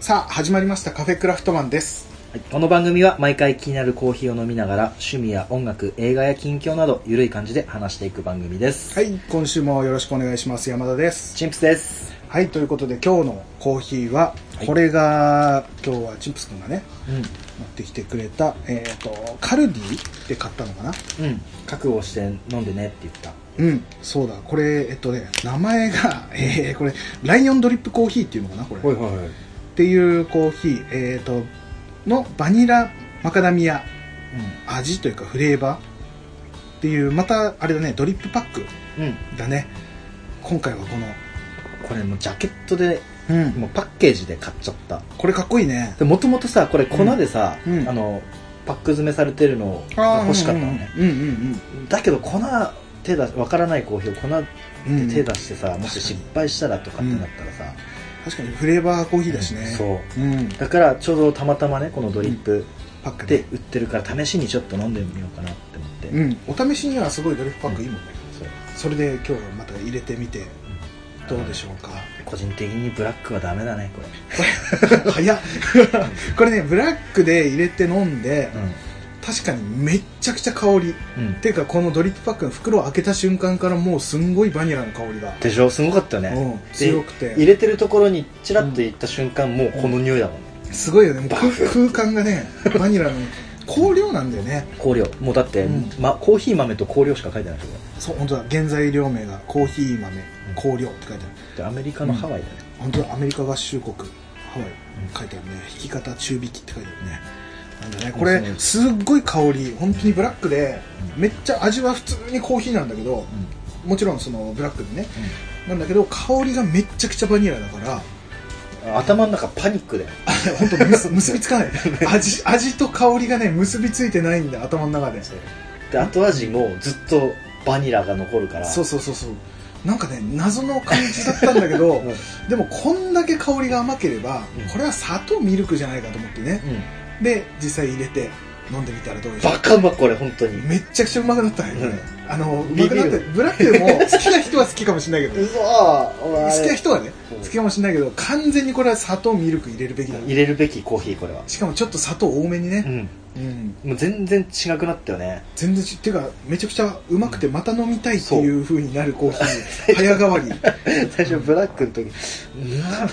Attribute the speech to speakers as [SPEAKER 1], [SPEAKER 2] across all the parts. [SPEAKER 1] さあ始まりましたカフェクラフトマンです
[SPEAKER 2] はいこの番組は毎回気になるコーヒーを飲みながら趣味や音楽映画や近況などゆるい感じで話していく番組です、
[SPEAKER 1] はい今週もよろしくお願いします山田です
[SPEAKER 2] チンプスです
[SPEAKER 1] はいということで今日のコーヒーはこれが、今日はチンプス君がね
[SPEAKER 2] う
[SPEAKER 1] 持ってきてくれたえっ、とカルディで買ったのかなん
[SPEAKER 2] うん覚悟して飲んでねって言った
[SPEAKER 1] うんそうだこれえっとね名前が、 えーこれライオンドリップコーヒーっていうのかなこれ
[SPEAKER 2] いはいはい、
[SPEAKER 1] っていうコーヒー、えー、とのバニラマカダミア味というかフレーバーっていうまたあれだねドリップパック
[SPEAKER 2] うんうん、
[SPEAKER 1] だね今回はこの、
[SPEAKER 2] これもうジャケットで
[SPEAKER 1] うん、
[SPEAKER 2] もうパッケージで買っちゃった
[SPEAKER 1] これかっこいいね
[SPEAKER 2] でもともとさこれ粉でさ、
[SPEAKER 1] うんうん
[SPEAKER 2] あのパック詰めされてるのが欲しかったのね、
[SPEAKER 1] うんうん
[SPEAKER 2] だけど粉手だわからないコーヒーを粉
[SPEAKER 1] うんうん、うん
[SPEAKER 2] で手出してさ、もし失敗したらとかってなったらさ、
[SPEAKER 1] 確かにフレーバーコーヒーだしね、
[SPEAKER 2] そう
[SPEAKER 1] うん、
[SPEAKER 2] だからちょうどたまたまねこのドリップ
[SPEAKER 1] パック
[SPEAKER 2] で
[SPEAKER 1] で、
[SPEAKER 2] 売ってるから試しにちょっと飲んでみようかなって思って、
[SPEAKER 1] うん、お試しにはすごいドリップパックいいもんね、
[SPEAKER 2] そう
[SPEAKER 1] それで今日はまた入れてみてどうでしょうか、
[SPEAKER 2] 個人的にブラックはダメだねこ
[SPEAKER 1] 早 っこれねブラックで入れて飲んで、
[SPEAKER 2] れ
[SPEAKER 1] 確かにめっちゃくちゃ香り
[SPEAKER 2] うん、うん
[SPEAKER 1] っ、ていうかこのドリップパックの袋を開けた瞬間からもうすんごいバニラの香りが、
[SPEAKER 2] でしょすごかったよね
[SPEAKER 1] うん、強くて
[SPEAKER 2] 入れてるところにチラッと行った瞬間、もうこの匂いだもんね
[SPEAKER 1] すごいよねもう空空間がねバニラの香料なんだよね
[SPEAKER 2] 香料もうだって、
[SPEAKER 1] うん
[SPEAKER 2] ま、コーヒー豆と香料しか書いてないけど
[SPEAKER 1] そう本当だ原材料名がコーヒー豆香料って書いてある
[SPEAKER 2] でアメリカのハワイだね、
[SPEAKER 1] 本当だアメリカ合衆国ハワイ書いてあるね引き方中引きって書いてあるねなんだねこれ
[SPEAKER 2] うん
[SPEAKER 1] すっごい香り本当にブラックで
[SPEAKER 2] うん
[SPEAKER 1] めっちゃ味は普通にコーヒーなんだけど
[SPEAKER 2] うん
[SPEAKER 1] もちろんそのブラックでねなんだけど香りがめっちゃくちゃバニラだ から
[SPEAKER 2] うん頭の中パニックだよ
[SPEAKER 1] 本当結結びつかない味味と香りがね結びついてないんで頭の中で
[SPEAKER 2] で後味もずっとバニラが残るから
[SPEAKER 1] そうそうそうそうなんかね謎の感じだったんだけど、
[SPEAKER 2] うん
[SPEAKER 1] でもこんだけ香りが甘ければ、
[SPEAKER 2] うん
[SPEAKER 1] これは砂糖ミルクじゃないかと思ってね
[SPEAKER 2] うん
[SPEAKER 1] で実際入れて飲んでみたらどうでしょ
[SPEAKER 2] バ
[SPEAKER 1] う
[SPEAKER 2] カうまこれ本当に
[SPEAKER 1] めっちゃくちゃうまくなったね、これあのうま
[SPEAKER 2] ビ
[SPEAKER 1] く
[SPEAKER 2] ビ
[SPEAKER 1] な
[SPEAKER 2] る
[SPEAKER 1] ってブラックで も好きな人は好きかもしれないけ
[SPEAKER 2] う
[SPEAKER 1] ど
[SPEAKER 2] わーお
[SPEAKER 1] 好
[SPEAKER 2] 前
[SPEAKER 1] きな人はね
[SPEAKER 2] うん
[SPEAKER 1] 好きかもしれないけど完全にこれは砂糖ミルク入れるべきだ、
[SPEAKER 2] 入れるべきコーヒーこれは
[SPEAKER 1] しかもちょっと砂糖多めに
[SPEAKER 2] う
[SPEAKER 1] ね、
[SPEAKER 2] ん
[SPEAKER 1] うん、
[SPEAKER 2] もう全然違くなったよね
[SPEAKER 1] 全然ちっていうかめちゃくちゃうまくてまた飲みたいっていう風になる コーヒー早変わり
[SPEAKER 2] 最初ブラックの時うわ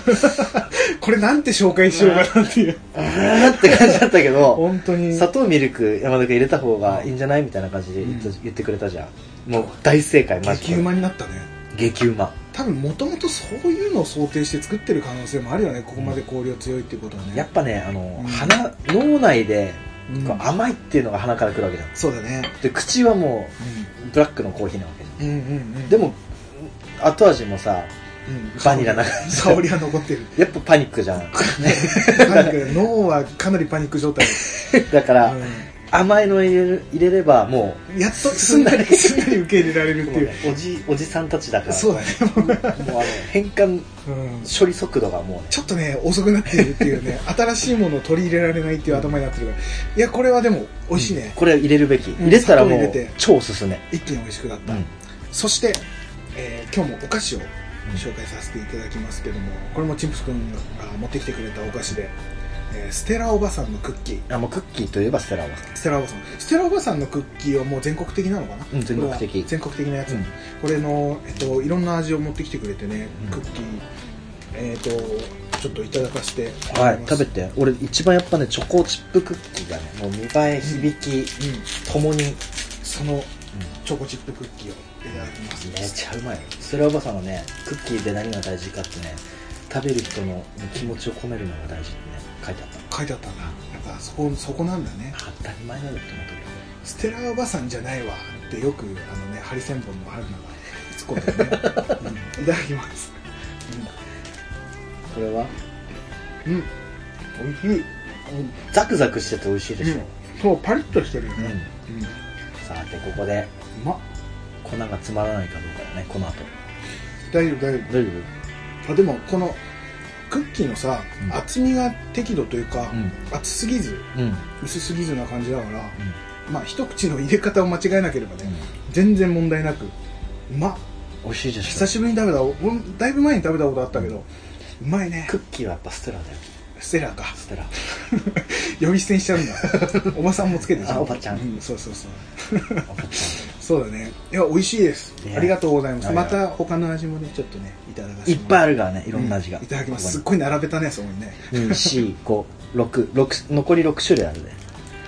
[SPEAKER 1] これなんて紹介しようかなっていう
[SPEAKER 2] ーって感じだったけど
[SPEAKER 1] 本当に
[SPEAKER 2] 砂糖ミルク山田君入れた方がいいんじゃないみたいな感じで言って,、
[SPEAKER 1] うん
[SPEAKER 2] くれたじゃんもう大正解マジで
[SPEAKER 1] 激うまになったね
[SPEAKER 2] 激うま
[SPEAKER 1] 多分もともとそういうのを想定して作ってる可能性もあるよねここまで香料強いっていうことはね
[SPEAKER 2] やっぱねあの、
[SPEAKER 1] ん
[SPEAKER 2] 鼻脳内で
[SPEAKER 1] うん
[SPEAKER 2] こう甘いっていうのが鼻からくるわけじゃん
[SPEAKER 1] そうだね、
[SPEAKER 2] で口はもうブラックのコーヒーなわけじ
[SPEAKER 1] うん、うんうん
[SPEAKER 2] ゃんでも後味もさ
[SPEAKER 1] うん
[SPEAKER 2] バニラな感じ
[SPEAKER 1] 香りが残ってる
[SPEAKER 2] やっぱパニックじ ゃん
[SPEAKER 1] パニック脳はかなりパニック状態、
[SPEAKER 2] だから、
[SPEAKER 1] う
[SPEAKER 2] 甘いの入れる入れればも
[SPEAKER 1] ん、やっとすんなりすんなり受け入れられる
[SPEAKER 2] う
[SPEAKER 1] って
[SPEAKER 2] もう
[SPEAKER 1] いう
[SPEAKER 2] ねおじおじさんたちだから
[SPEAKER 1] そうだね、
[SPEAKER 2] もうあの変換
[SPEAKER 1] うん、
[SPEAKER 2] 処理速度がもうね
[SPEAKER 1] ちょっとね、遅くなっているっていうね、新しいものを取り入れられないっていう頭になってるから、いや、これはでも、美味しいね、
[SPEAKER 2] これ入れるべき、
[SPEAKER 1] ん
[SPEAKER 2] 入れてたらも
[SPEAKER 1] 砂糖
[SPEAKER 2] う
[SPEAKER 1] 入れて
[SPEAKER 2] 超おすすめ、
[SPEAKER 1] 一気に美味しくなった、
[SPEAKER 2] うん
[SPEAKER 1] そして、えー今日もお菓子を紹介させていただきますけども、これもチンプス君が持ってきてくれたお菓子で、えーステラおばさんのクッキー、
[SPEAKER 2] あもうクッキーといえばステラおばさん
[SPEAKER 1] ステラおばさん、ステラおばさんのクッキーはもう全国的なのかな、
[SPEAKER 2] うん全国的
[SPEAKER 1] これは全国的なやつ、
[SPEAKER 2] うん
[SPEAKER 1] これの、えっと、いろんな味を持ってきてくれてね、
[SPEAKER 2] うん
[SPEAKER 1] クッキー、えっと、ちょっといただかせても
[SPEAKER 2] は
[SPEAKER 1] ら
[SPEAKER 2] い
[SPEAKER 1] ます
[SPEAKER 2] 食べて俺一番やっぱねチョコチップクッキーがねもう見栄え響き
[SPEAKER 1] うん
[SPEAKER 2] ともに、うん
[SPEAKER 1] そのチョコチップクッキーをいただきます、
[SPEAKER 2] めちゃうまいステラおばさんはねクッキーで何が大事かってね食べる人の気持ちを込めるのが大事ってね書いてあった
[SPEAKER 1] 書いてあったんだやっぱそこそこなんだね
[SPEAKER 2] 当たり前だよって思ったけど
[SPEAKER 1] ステラおばさんじゃないわってよくあのねハリセンボンの春菜が突っ込んでね、うんいただきます
[SPEAKER 2] これは
[SPEAKER 1] うん、うん
[SPEAKER 2] 美味しいザクザクしてて美味しいでしょ、
[SPEAKER 1] そうパリッとしてるよ
[SPEAKER 2] うん
[SPEAKER 1] ね、うんう
[SPEAKER 2] さてここで
[SPEAKER 1] まっ
[SPEAKER 2] 粉が詰まらないかどうかだねこの後
[SPEAKER 1] 大丈夫大丈
[SPEAKER 2] 大丈
[SPEAKER 1] 夫あでもこのクッキーのさ、
[SPEAKER 2] うん
[SPEAKER 1] 厚みが適度というか、
[SPEAKER 2] うん
[SPEAKER 1] 厚すぎず
[SPEAKER 2] うんうん
[SPEAKER 1] 薄すぎずな感じだから、まあ一口の入れ方を間違えなければね、全然問題なくうまっ
[SPEAKER 2] 美味しいでしょ
[SPEAKER 1] 久しぶりに食べたおだいぶ前に食べたことあったけどうまいね
[SPEAKER 2] クッキーはやっぱステラだよ
[SPEAKER 1] スステラか
[SPEAKER 2] ス テラ
[SPEAKER 1] 呼び捨てにしちゃうん だおばさんもつけて
[SPEAKER 2] あおばちゃん
[SPEAKER 1] うん、そうそうそう
[SPEAKER 2] おばち
[SPEAKER 1] そうだねいや美味しいです
[SPEAKER 2] ね
[SPEAKER 1] ありがとうございます
[SPEAKER 2] ありが
[SPEAKER 1] ま
[SPEAKER 2] とう
[SPEAKER 1] た他の味もねちょっとねいただかせ
[SPEAKER 2] ゃん
[SPEAKER 1] て
[SPEAKER 2] いっぱいあ
[SPEAKER 1] る
[SPEAKER 2] るからねいろんな味
[SPEAKER 1] い
[SPEAKER 2] が、
[SPEAKER 1] ただきますすっ
[SPEAKER 2] こ
[SPEAKER 1] ごい並べたねそこにね
[SPEAKER 2] こに245残り6種類あるね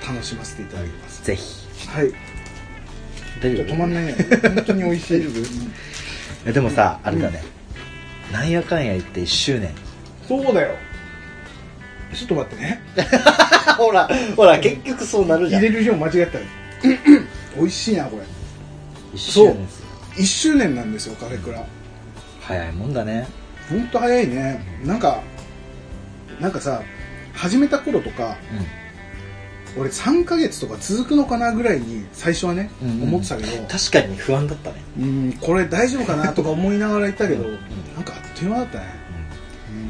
[SPEAKER 1] 楽しませていただきます
[SPEAKER 2] ぜひ
[SPEAKER 1] はい
[SPEAKER 2] 大丈夫
[SPEAKER 1] 止まんないよ本当に美味しい
[SPEAKER 2] 大丈夫
[SPEAKER 1] うん
[SPEAKER 2] いやでもさあれだね、なんやかんや言って1周年
[SPEAKER 1] そうだよちょっと待ってね
[SPEAKER 2] ほらほら結局そうなる
[SPEAKER 1] 入れる量 間違ったよ美味しいなこれ
[SPEAKER 2] 1周年ですよ
[SPEAKER 1] 1周年なんですよカフェクラ
[SPEAKER 2] 早いもんだね
[SPEAKER 1] ほんと早いねなんかなんかさ始めた頃とか俺3ヶ月とか続くのかなぐらいに最初はね、
[SPEAKER 2] うんうん
[SPEAKER 1] 思ってたけど
[SPEAKER 2] 確かに不安だったね、
[SPEAKER 1] うんこれ大丈夫かなとか思いながら言ったけど、
[SPEAKER 2] うんうん
[SPEAKER 1] なんかあっという間だったね、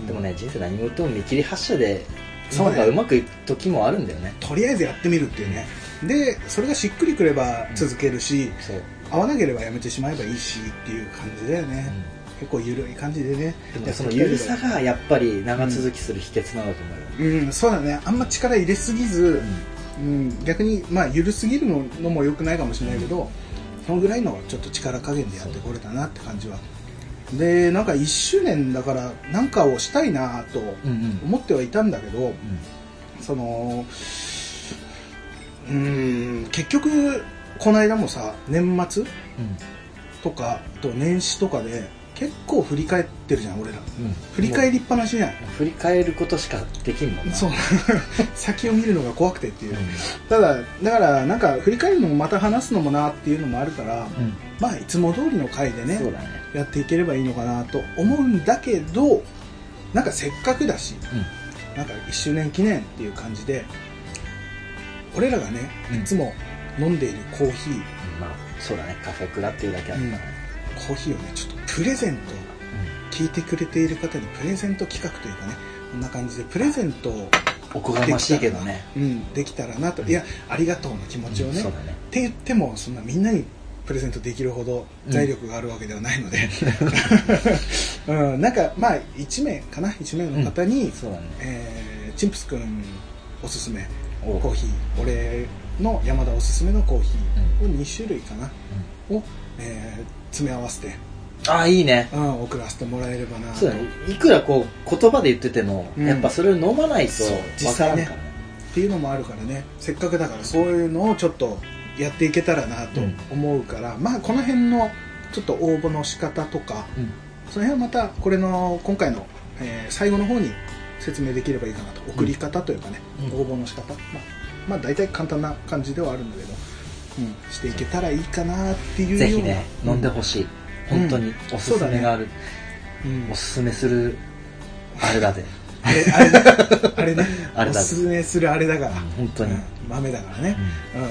[SPEAKER 2] でもね人生何事も見切り発車で
[SPEAKER 1] そうね
[SPEAKER 2] なんかうまくいく時もあるんだよね
[SPEAKER 1] とりあえずやってみるっていうねでそれがしっくりくれば続けるし、
[SPEAKER 2] そう、
[SPEAKER 1] 合わなければやめてしまえばいいしっていう感じだよね、結構緩い感じでね
[SPEAKER 2] でもその
[SPEAKER 1] やって
[SPEAKER 2] 緩
[SPEAKER 1] るけど
[SPEAKER 2] さがやっぱり長続きする秘訣なんだと思うよ、
[SPEAKER 1] うんそうだねあんま力入れすぎず、うん、逆にまあ緩すぎるののも良くないかもしれないけど、そのぐらいのちょっと力加減でやってこれたなって感じはでなんか1周年だからなんかをしたいなと
[SPEAKER 2] うんうんうん
[SPEAKER 1] 思ってはいたんだけど、そのうん結局この間もさ年末とかあと年始とかで結構振り返ってるじゃん俺ら
[SPEAKER 2] うんうん
[SPEAKER 1] 振り返
[SPEAKER 2] り
[SPEAKER 1] りっぱなしじゃん
[SPEAKER 2] 振り返ることしかできんもんな
[SPEAKER 1] そう 先を見るのが怖くてっていうう、
[SPEAKER 2] ん
[SPEAKER 1] ただだからなんか振り返るのもまた話すのもなっていうのもあるからまあいつも通りの回で
[SPEAKER 2] そう
[SPEAKER 1] ね
[SPEAKER 2] だね
[SPEAKER 1] やっていければいいのかなと思うんだけどなんかせっかくだしなんか1周年記念っていう感じで俺らがね
[SPEAKER 2] うん
[SPEAKER 1] いつも飲んでいるコーヒー
[SPEAKER 2] うんまあそうだねカフェクラっていうだけあったからね
[SPEAKER 1] コーヒーをねちょっとプレゼント聞いてくれている方にプレゼント企画というかねこんな感じでプレゼントを、
[SPEAKER 2] おこがましいけどね
[SPEAKER 1] うん、できたらなと、
[SPEAKER 2] うん
[SPEAKER 1] いやありがとうの気持ちを
[SPEAKER 2] うん
[SPEAKER 1] ね、
[SPEAKER 2] そう
[SPEAKER 1] っ
[SPEAKER 2] だね
[SPEAKER 1] て言ってもそんなみんなにプレゼントできるほど
[SPEAKER 2] うん
[SPEAKER 1] 財力があるわけではないので、うんなんかまあ1名かな1名の方に、
[SPEAKER 2] そうだね
[SPEAKER 1] えーチンプスくんおすすめ
[SPEAKER 2] お
[SPEAKER 1] コーヒー俺の山田おすすめのコーヒーを2種類かな、を、えー詰め合わせて、
[SPEAKER 2] ああいいね
[SPEAKER 1] うん、送らせてもらえればなと
[SPEAKER 2] そうだねいくらこう言葉で言ってても
[SPEAKER 1] うん
[SPEAKER 2] やっぱそれを飲まないと
[SPEAKER 1] そう
[SPEAKER 2] わからん
[SPEAKER 1] 実際ね
[SPEAKER 2] からね
[SPEAKER 1] っていうのもあるからねせっかくだからそういうのをちょっとやっていけたらなと思うから、まあこの辺のちょっと応募の仕方とか
[SPEAKER 2] うん
[SPEAKER 1] その辺はまたこれの今回の、えー最後の方に説明できればいいかなと送り方というかね、
[SPEAKER 2] うん
[SPEAKER 1] 応募の仕方まあ、まあ、大体簡単な感じではあるんだけど、うん、していけたらいいかなっていうような
[SPEAKER 2] ぜひね飲んでほしい本当におすすめがある
[SPEAKER 1] うん
[SPEAKER 2] おすすめするあれだで
[SPEAKER 1] あれあれねあれね
[SPEAKER 2] あれだ
[SPEAKER 1] おすすめするあれだから、
[SPEAKER 2] 本当に
[SPEAKER 1] うん豆だからね、うん、っ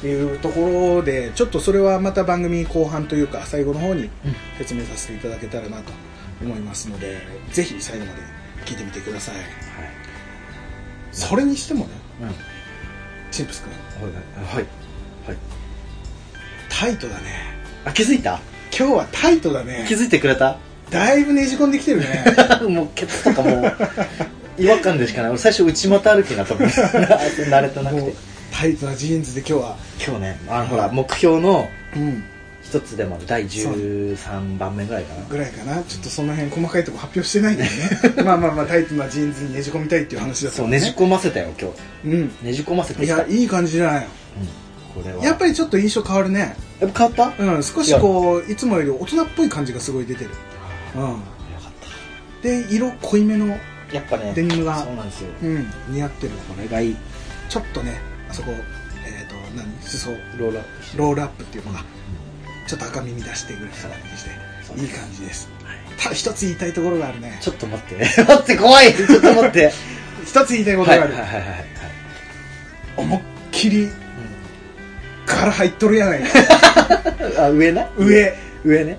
[SPEAKER 1] ていうところでちょっとそれはまた番組後半というか最後の方に説明させていただけたらなと思いますのでぜひ最後まで聞いてみてくださいそれにしてもね
[SPEAKER 2] うんはい
[SPEAKER 1] チンプス君
[SPEAKER 2] うんはいはい
[SPEAKER 1] タイトだね
[SPEAKER 2] あ気づいた
[SPEAKER 1] 今日はタイトだね
[SPEAKER 2] 気づいてくれた
[SPEAKER 1] だいぶねじ込んできてるね
[SPEAKER 2] もうケツとかもう違和感でしかない俺最初内股歩きになったもん 慣れてなく
[SPEAKER 1] もう
[SPEAKER 2] て
[SPEAKER 1] タイトなジーンズで今日は
[SPEAKER 2] 今日ねあのほら目標の
[SPEAKER 1] うん
[SPEAKER 2] 一つでもある第13番目ぐらいかな
[SPEAKER 1] ぐらいかなちょっとその辺細かいとこ発表してないんで ねまあまあまあタイトなジーンズにねじ込みたいっていう話だった
[SPEAKER 2] そう
[SPEAKER 1] から
[SPEAKER 2] ねじ込ませたよ今
[SPEAKER 1] うん
[SPEAKER 2] 日ねじ込ませて
[SPEAKER 1] い
[SPEAKER 2] きた
[SPEAKER 1] やいい感じじゃない
[SPEAKER 2] うんこれは
[SPEAKER 1] やっぱりちょっと印象変わるね
[SPEAKER 2] やっぱ変わった
[SPEAKER 1] うん、少しこういつもより大人っぽい感じがすごい出てる、うん、
[SPEAKER 2] よかっ
[SPEAKER 1] で色濃いめの、
[SPEAKER 2] たやっぱね
[SPEAKER 1] デニムが
[SPEAKER 2] そうなんですよ
[SPEAKER 1] うん、似合ってる
[SPEAKER 2] これがいい
[SPEAKER 1] ちょっとねあそこえっ、と何裾
[SPEAKER 2] ローラー
[SPEAKER 1] ロールアップっていうのがちょっと赤耳出してぐらいな感じ
[SPEAKER 2] そう
[SPEAKER 1] で
[SPEAKER 2] で
[SPEAKER 1] い
[SPEAKER 2] す
[SPEAKER 1] い感じですただ一つ言いたいところがあるね
[SPEAKER 2] ちょっと待って 待って怖いちょっと待って
[SPEAKER 1] 一つ言いたい こと
[SPEAKER 2] は
[SPEAKER 1] があ
[SPEAKER 2] い
[SPEAKER 1] る、
[SPEAKER 2] はいはいはいはい
[SPEAKER 1] 思いっきりから入っとるや ないか
[SPEAKER 2] うんあ上な
[SPEAKER 1] 上
[SPEAKER 2] 上ね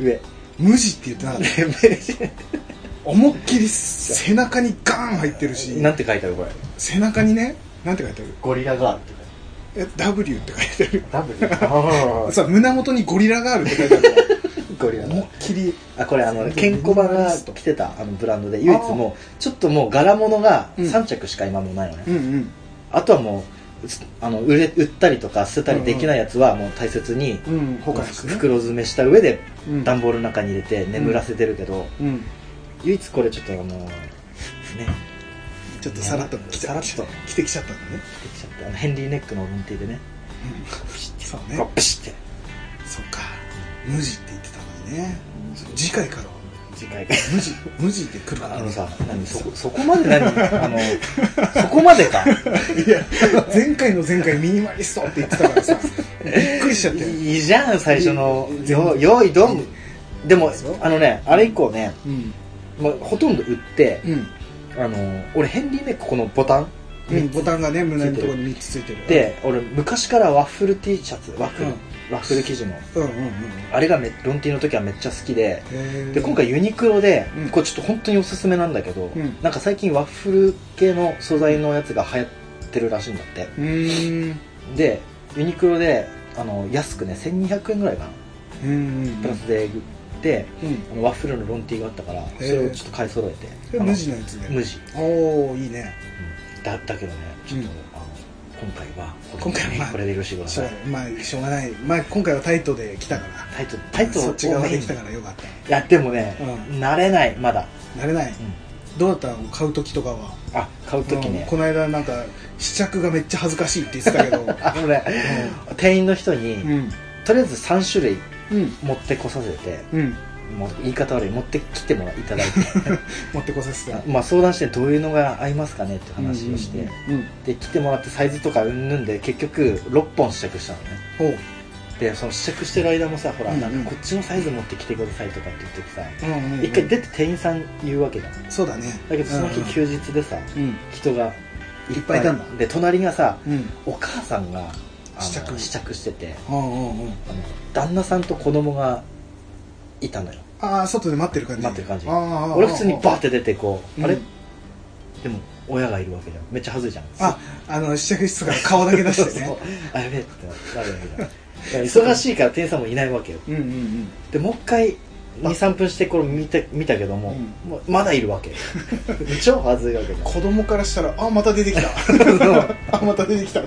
[SPEAKER 2] 上
[SPEAKER 1] 無地って言ってなかった思いっきり背中にガーン入ってるし
[SPEAKER 2] なんて書いてあるこれ
[SPEAKER 1] 背中にねなんて書いてある
[SPEAKER 2] ゴリラガールって
[SPEAKER 1] え W って書いてある
[SPEAKER 2] 書いてある W
[SPEAKER 1] さ胸元にゴリラガールって書いてあるから
[SPEAKER 2] ゴリラ
[SPEAKER 1] 思いっ
[SPEAKER 2] の
[SPEAKER 1] きり
[SPEAKER 2] あこれあのケンコバが着てたあのブランドで唯一もうちょっともう柄物が
[SPEAKER 1] うん
[SPEAKER 2] 3着しか今もうないのね、
[SPEAKER 1] うんうん
[SPEAKER 2] あとはもううつあの売れ売ったりとか捨てたりできないやつはもう大切に
[SPEAKER 1] うん保管してね
[SPEAKER 2] 袋詰めした上で
[SPEAKER 1] うん
[SPEAKER 2] 段ボールの中に入れて眠らせてるけど、
[SPEAKER 1] うん
[SPEAKER 2] 唯一これちょっとあのね
[SPEAKER 1] ちょっとさらっと着て
[SPEAKER 2] さらっと着て
[SPEAKER 1] 着てきちゃったんだね
[SPEAKER 2] きちゃってあのヘンリーネックの認定でね
[SPEAKER 1] そう
[SPEAKER 2] こうプシって
[SPEAKER 1] そっか無地って言ってたのにね次回からは
[SPEAKER 2] 次回から
[SPEAKER 1] 無地無地って来るから
[SPEAKER 2] あのさ何そこそこまで何あ のそこまでか
[SPEAKER 1] いや前回の前回ミニマリストって言ってたからさ びっくりしちゃったよ
[SPEAKER 2] いいじゃん最初の
[SPEAKER 1] いい
[SPEAKER 2] よ用意ドンでも
[SPEAKER 1] そう
[SPEAKER 2] あのねあれ以降ね
[SPEAKER 1] うん
[SPEAKER 2] もうほとんど売って
[SPEAKER 1] うん
[SPEAKER 2] あの俺ヘンリーネックこのボタン
[SPEAKER 1] うん、
[SPEAKER 2] 3つ
[SPEAKER 1] ボタンがね胸のところに3つついてる
[SPEAKER 2] で俺昔からワッフル T シャツワッフル、
[SPEAKER 1] うん
[SPEAKER 2] ワッフル生地の
[SPEAKER 1] うんうんうんへ
[SPEAKER 2] あれがめロンティの時はめっちゃ好きで
[SPEAKER 1] え
[SPEAKER 2] で今回ユニクロで、
[SPEAKER 1] うん
[SPEAKER 2] これちょっと本当におすすめなんだけど、
[SPEAKER 1] ん
[SPEAKER 2] なんか最近ワッフル系の素材のやつが流行ってるらしいんだって
[SPEAKER 1] うーん
[SPEAKER 2] でユニクロであの安くね1200円ぐらいかな
[SPEAKER 1] うんうん
[SPEAKER 2] プラスで売って、
[SPEAKER 1] うん
[SPEAKER 2] あのワッフルのロンティーがあったからそ
[SPEAKER 1] え
[SPEAKER 2] れをちょっと買い揃えて、
[SPEAKER 1] で
[SPEAKER 2] あの
[SPEAKER 1] 無地のやつね
[SPEAKER 2] 無地、
[SPEAKER 1] おおいいね
[SPEAKER 2] だだけどねちょっ
[SPEAKER 1] うん
[SPEAKER 2] と、あの今回はこれ
[SPEAKER 1] 今回はまあ
[SPEAKER 2] これで許してくだ
[SPEAKER 1] そ
[SPEAKER 2] さ
[SPEAKER 1] う
[SPEAKER 2] い
[SPEAKER 1] まあしょうがないまあ今回はタイトで来たから
[SPEAKER 2] タイトルタイトル
[SPEAKER 1] そっち側で来た
[SPEAKER 2] い
[SPEAKER 1] からよかった
[SPEAKER 2] やでもね、
[SPEAKER 1] う
[SPEAKER 2] 慣れないまだ、
[SPEAKER 1] 慣れないどうだったの買う時とかは
[SPEAKER 2] あ買う時
[SPEAKER 1] う
[SPEAKER 2] ね
[SPEAKER 1] ん、この間なんか試着がめっちゃ恥ずかしいって言ってた けど
[SPEAKER 2] あのね、店員の人に、
[SPEAKER 1] うん
[SPEAKER 2] とりあえず3種類
[SPEAKER 1] うん
[SPEAKER 2] 持ってこさせて
[SPEAKER 1] うん
[SPEAKER 2] もう言い方悪い持ってきてもらいただいて
[SPEAKER 1] 持ってこさせて
[SPEAKER 2] あ まあ相談してどういうのが合いますかねって話をして、
[SPEAKER 1] うんうんうん
[SPEAKER 2] で来てもらってサイズとかうんぬんで結局6本試着したのね
[SPEAKER 1] ほう
[SPEAKER 2] でその試着してる間もさほら、
[SPEAKER 1] うん
[SPEAKER 2] なんかこっちのサイズ持ってきてくださいとかって言ってさ、
[SPEAKER 1] うんうんうん
[SPEAKER 2] 一回出て店員さん言うわけだだ
[SPEAKER 1] そうだね
[SPEAKER 2] けどその日休日でさ、
[SPEAKER 1] うん
[SPEAKER 2] 人がい
[SPEAKER 1] いっぱいいたんだ
[SPEAKER 2] で隣がさ
[SPEAKER 1] うん
[SPEAKER 2] お母さんがあの
[SPEAKER 1] 試着
[SPEAKER 2] 試着してて
[SPEAKER 1] うんうんうん
[SPEAKER 2] あの旦那さんと子供がいたのよ
[SPEAKER 1] ああ外で待ってる感じ
[SPEAKER 2] 待ってる感じ
[SPEAKER 1] あーあーあー
[SPEAKER 2] 俺普通にバーって出てこう、
[SPEAKER 1] うん
[SPEAKER 2] あれでも親がいるわけじゃんめっちゃはずいじゃん
[SPEAKER 1] ああの試着室から顔だけ出して
[SPEAKER 2] そう
[SPEAKER 1] ね
[SPEAKER 2] そうあやべえってなるわけじゃん だから忙しいから店員さんもいないわけよ
[SPEAKER 1] うんうん
[SPEAKER 2] でもう一回23分してこれ見て見たけども,、
[SPEAKER 1] う
[SPEAKER 2] もうまだいるわ け超はずいわけじ
[SPEAKER 1] うん子供からしたらあまた出 てきた
[SPEAKER 2] ゃん
[SPEAKER 1] あまた出てきた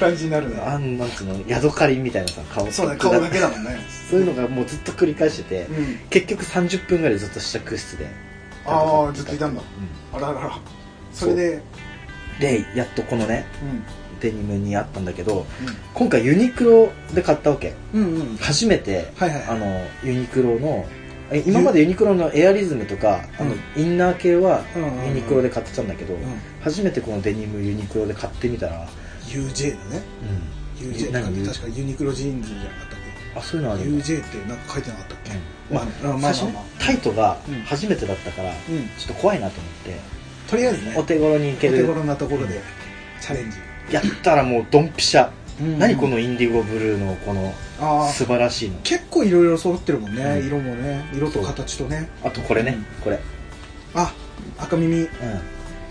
[SPEAKER 1] 感じになるな
[SPEAKER 2] あんなんつうのヤドカリみたいなさ顔
[SPEAKER 1] そうだね顔だけだもんね
[SPEAKER 2] そういうのがもうずっと繰り返してて、
[SPEAKER 1] うん
[SPEAKER 2] 結局30分ぐらいずっと試着室で
[SPEAKER 1] ああずっといたんだ
[SPEAKER 2] う
[SPEAKER 1] あらあらあらそれで
[SPEAKER 2] んでやっとこのね
[SPEAKER 1] うん
[SPEAKER 2] デニムにあったんだけど今回ユニクロで買ったわけ
[SPEAKER 1] うんうん
[SPEAKER 2] 初めて
[SPEAKER 1] はいはい
[SPEAKER 2] あのユニクロのえ今までユニクロのエアリズムとか、あの
[SPEAKER 1] うん
[SPEAKER 2] インナー系は
[SPEAKER 1] うんうんうん
[SPEAKER 2] ユニクロで買ってたんだけど、
[SPEAKER 1] うん
[SPEAKER 2] 初めてこのデニムユニクロで買ってみたら、
[SPEAKER 1] UJ だね UJ って
[SPEAKER 2] 何
[SPEAKER 1] 確かユニクロジーンズじゃなかったっ
[SPEAKER 2] あそういうのあ
[SPEAKER 1] け
[SPEAKER 2] るんだ
[SPEAKER 1] UJ ってなんか書いてなかったっけ
[SPEAKER 2] うんまあ
[SPEAKER 1] まあま
[SPEAKER 2] 最
[SPEAKER 1] あ
[SPEAKER 2] 初ね
[SPEAKER 1] まあ
[SPEAKER 2] タイトが
[SPEAKER 1] うん
[SPEAKER 2] 初めてだったから、
[SPEAKER 1] うん
[SPEAKER 2] ちょっと怖いなと思って、
[SPEAKER 1] とりあえずね
[SPEAKER 2] お手頃に行け
[SPEAKER 1] お手
[SPEAKER 2] る
[SPEAKER 1] 頃なところでチャレンジ
[SPEAKER 2] やったらもうドンピシャ、何こ
[SPEAKER 1] の
[SPEAKER 2] のインディゴブルーのこの
[SPEAKER 1] ああ
[SPEAKER 2] 素晴らしいの
[SPEAKER 1] 結構いろいろ揃ってるもんね
[SPEAKER 2] うん
[SPEAKER 1] 色もね色と形とね
[SPEAKER 2] あとこれねこれ、
[SPEAKER 1] あ赤耳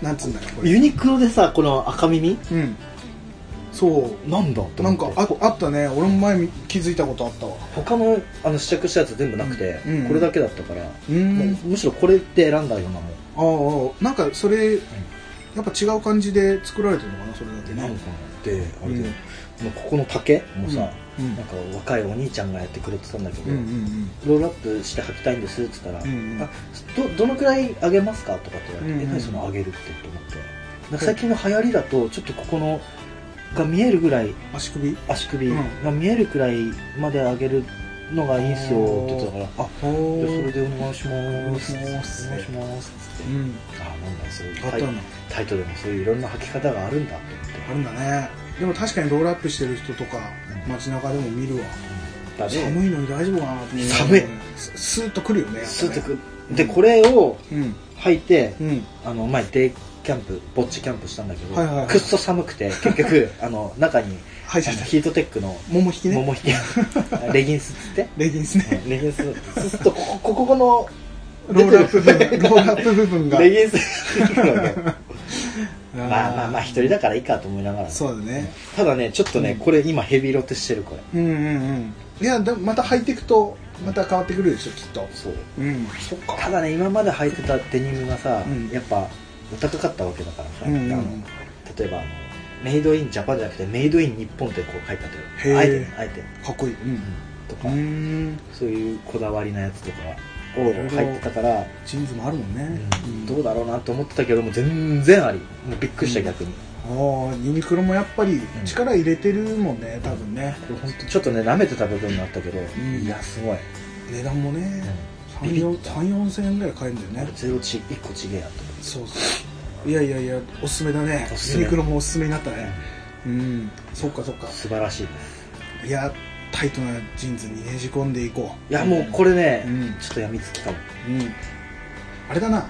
[SPEAKER 1] なんつうんだっけこ
[SPEAKER 2] うん、
[SPEAKER 1] れ
[SPEAKER 2] ユニクロでさこの赤耳
[SPEAKER 1] うんそ
[SPEAKER 2] なんだ
[SPEAKER 1] う
[SPEAKER 2] と
[SPEAKER 1] な
[SPEAKER 2] 思っ
[SPEAKER 1] ん
[SPEAKER 2] て
[SPEAKER 1] かああったね俺も前に気づいたことあったわ
[SPEAKER 2] 他のあの試着したやつ全部なくて、
[SPEAKER 1] うんうん
[SPEAKER 2] これだけだったから、
[SPEAKER 1] う
[SPEAKER 2] もうんむしろこれって選んだようなもん
[SPEAKER 1] ああなんかそれやっぱ違う感じで作られてるのかなそれだけね
[SPEAKER 2] かであれ
[SPEAKER 1] うん
[SPEAKER 2] で、もうここの竹もさ、
[SPEAKER 1] うん
[SPEAKER 2] なんか若いお兄ちゃんがやってくれてたんだけど、
[SPEAKER 1] うんうん
[SPEAKER 2] ロールアップして履きたいんですっつったら、
[SPEAKER 1] うんうん
[SPEAKER 2] あどどのくらい上げますかとかって言われて、
[SPEAKER 1] うんうん
[SPEAKER 2] え何その上げるってと思ってなんか最近の流行りだとちょっとここのが見えるぐらい
[SPEAKER 1] 足首
[SPEAKER 2] 足首
[SPEAKER 1] うん
[SPEAKER 2] が見えるくらいまで上げるのがいいっすよって言ってたからあ
[SPEAKER 1] お
[SPEAKER 2] じゃあそれ
[SPEAKER 1] ー
[SPEAKER 2] でお願いします
[SPEAKER 1] お願いします
[SPEAKER 2] お願いしますっつ
[SPEAKER 1] う
[SPEAKER 2] って、
[SPEAKER 1] ん
[SPEAKER 2] あなんだそういう
[SPEAKER 1] あっ
[SPEAKER 2] タ
[SPEAKER 1] た
[SPEAKER 2] イ
[SPEAKER 1] の
[SPEAKER 2] タイトルもそういういろんな履き方があるんだと思って
[SPEAKER 1] あるんだねでも確かにロールアップしてる人とか
[SPEAKER 2] うん
[SPEAKER 1] 街中でも見るわ
[SPEAKER 2] だね
[SPEAKER 1] 寒いのに大丈夫かなと思う
[SPEAKER 2] 寒い
[SPEAKER 1] ススーッとくるよねやっぱね
[SPEAKER 2] スーツくでこれを
[SPEAKER 1] うん
[SPEAKER 2] 履いて
[SPEAKER 1] うん
[SPEAKER 2] あの前デイキャンプぼっちキャンプしたんだけど、
[SPEAKER 1] はいはいはい
[SPEAKER 2] くっそ 寒くて結局あの中に
[SPEAKER 1] 入っち
[SPEAKER 2] あ
[SPEAKER 1] ゃっ
[SPEAKER 2] の
[SPEAKER 1] た
[SPEAKER 2] ヒートテックの
[SPEAKER 1] 桃引きね
[SPEAKER 2] 桃引 きレギンスっつって
[SPEAKER 1] レギンスね
[SPEAKER 2] レギンスそうするとここここの
[SPEAKER 1] ロールアップ部
[SPEAKER 2] 出て
[SPEAKER 1] 分
[SPEAKER 2] る
[SPEAKER 1] ロールアップ部分が
[SPEAKER 2] レギ ンス が出てくるわけまあまあまあ一人だ
[SPEAKER 1] け
[SPEAKER 2] からいいかと思いながら
[SPEAKER 1] そうだね
[SPEAKER 2] ただねちょっとね、
[SPEAKER 1] うん
[SPEAKER 2] これ今ヘビロテしてるこれ
[SPEAKER 1] うんうんうんいやでもまた履いていくとまた変わってくるでしょきっと
[SPEAKER 2] そう
[SPEAKER 1] うんそっか
[SPEAKER 2] ただね今まで履いてたデニムがさ、
[SPEAKER 1] うん
[SPEAKER 2] やっぱお高かったわけだからさ、
[SPEAKER 1] うんうんうん
[SPEAKER 2] あの例えばあのメイドインジャパンじゃなくてメイドイン日本ってこう書いてあった
[SPEAKER 1] へー
[SPEAKER 2] よあえてねあえて、
[SPEAKER 1] かっこいいうん
[SPEAKER 2] とか、
[SPEAKER 1] うん
[SPEAKER 2] そういうこだわりなやつとかを
[SPEAKER 1] いろいろ
[SPEAKER 2] 入ってたから、
[SPEAKER 1] ジーンズもあるもんね、
[SPEAKER 2] うん
[SPEAKER 1] ど
[SPEAKER 2] どうだろうなと思ってたけども全然ありもうびっくりした逆に、
[SPEAKER 1] ああユニクロもやっぱり
[SPEAKER 2] ん
[SPEAKER 1] 力入れてるもんね多分ね
[SPEAKER 2] これ本当ちょっとね舐めてた部分があったけど、
[SPEAKER 1] ん
[SPEAKER 2] いやすごい、
[SPEAKER 1] 値段もね
[SPEAKER 2] ビビっ
[SPEAKER 1] 3 4 3 4000円ぐらい買えるんだよね
[SPEAKER 2] ゼロち1個ちげえやと思って
[SPEAKER 1] そうそういやいやいやおすすめだね
[SPEAKER 2] おすす
[SPEAKER 1] ユ
[SPEAKER 2] め
[SPEAKER 1] ニクロもおすすめになったねうんそっかそっか
[SPEAKER 2] 素晴らしいです
[SPEAKER 1] いやタイトなジーンズにねじ込んでいこう
[SPEAKER 2] いやもうこれね、
[SPEAKER 1] うん
[SPEAKER 2] ちょっとやみつきかも
[SPEAKER 1] うんあれだな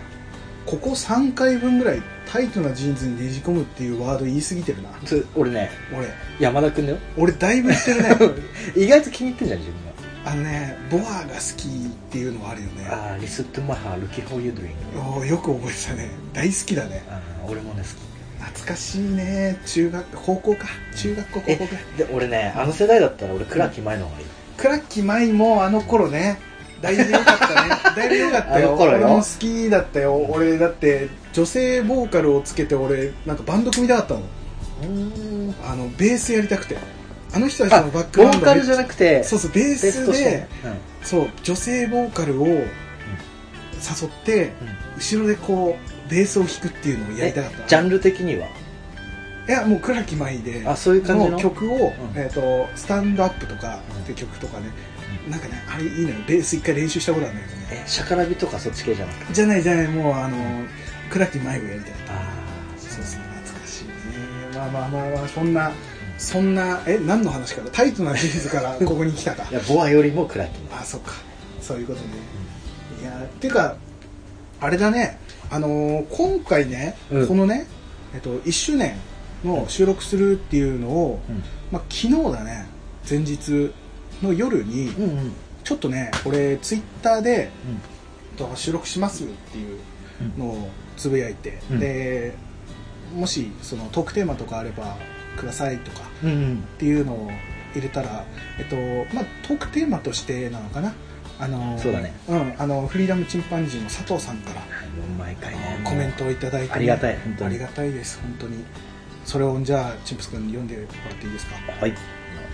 [SPEAKER 1] ここ3回分ぐらいタイトなジーンズにねじ込むっていうワード言い過ぎてるな
[SPEAKER 2] つ俺ね
[SPEAKER 1] 俺
[SPEAKER 2] 山田君だよ
[SPEAKER 1] 俺だいぶ言って るね
[SPEAKER 2] 意外と気に入ってんじゃん自分が
[SPEAKER 1] あのねボアが好きっていうのはあるよね
[SPEAKER 2] ああ、リストマハ、ルキホユドゥイン。
[SPEAKER 1] おーよく覚えてたね大好きだね
[SPEAKER 2] あー俺もね、
[SPEAKER 1] 懐かしいね中学高校か中学校
[SPEAKER 2] 好
[SPEAKER 1] 高
[SPEAKER 2] き。え
[SPEAKER 1] 校か、
[SPEAKER 2] で、俺ね、あの世代だったら俺、倉木前の方がいい。
[SPEAKER 1] クラッキー舞もあの頃ねだいぶ良かったね だいぶ良かった
[SPEAKER 2] あ
[SPEAKER 1] よ
[SPEAKER 2] の頃よ
[SPEAKER 1] 俺も好きだったよ俺だって女性ボーカルをつけて俺なんかバンド組みたかったの
[SPEAKER 2] うん。
[SPEAKER 1] あのベースやりたくてあの人た
[SPEAKER 2] あ、
[SPEAKER 1] ち
[SPEAKER 2] ボ
[SPEAKER 1] のバックグラウンド
[SPEAKER 2] ーカルじゃなくて、
[SPEAKER 1] そうそうベー
[SPEAKER 2] ベー
[SPEAKER 1] ス
[SPEAKER 2] スとして
[SPEAKER 1] で
[SPEAKER 2] ね。うん。
[SPEAKER 1] そう女性ボーカルを誘って、後ろでこうベースを弾くっていうのをやりたかった
[SPEAKER 2] えジャンル的にはい
[SPEAKER 1] やもう倉木舞で
[SPEAKER 2] あ、そういう感じの。
[SPEAKER 1] の曲を、えーと「スタンドアップ」とか
[SPEAKER 2] うん
[SPEAKER 1] って曲とかね、なんかねあれいいのよベース一回練習したことあるんだけどね
[SPEAKER 2] え、シャカラビとかそっち系じゃなくて。
[SPEAKER 1] じゃないじゃないもうあの倉木舞をやりたい
[SPEAKER 2] ああ、
[SPEAKER 1] そう
[SPEAKER 2] で
[SPEAKER 1] です
[SPEAKER 2] す
[SPEAKER 1] ね懐かしいねまあまあまあまあそんなそんなえ何の話からタイトなジーンズからここに来たか
[SPEAKER 2] いや、ボアよりも倉木。
[SPEAKER 1] あそっかそういうことね、いやっていうかあれだねあのー今回ね、
[SPEAKER 2] うん
[SPEAKER 1] このね、えっと、1周年の収録するっていうのを、まあ、昨日だね前日の夜に、
[SPEAKER 2] うんうん。うん。
[SPEAKER 1] ちょっとね俺ツイッターでえっと収録しますっていうのをつぶやいて、
[SPEAKER 2] うん
[SPEAKER 1] でもしそのトークテーマとかあればくださいとか
[SPEAKER 2] うんうん。
[SPEAKER 1] っていうのを入れたら、えっとまあ、トークテーマとしてなのかなあの
[SPEAKER 2] そうだね
[SPEAKER 1] ん、あのフリーダムチンパンジーの佐藤さんから
[SPEAKER 2] 毎回ね。
[SPEAKER 1] コメントをいただいてね、
[SPEAKER 2] ありがたい本当に
[SPEAKER 1] ありがたいです本当にそれをじゃあチンプス君読んでもらっていいですか
[SPEAKER 2] はい。1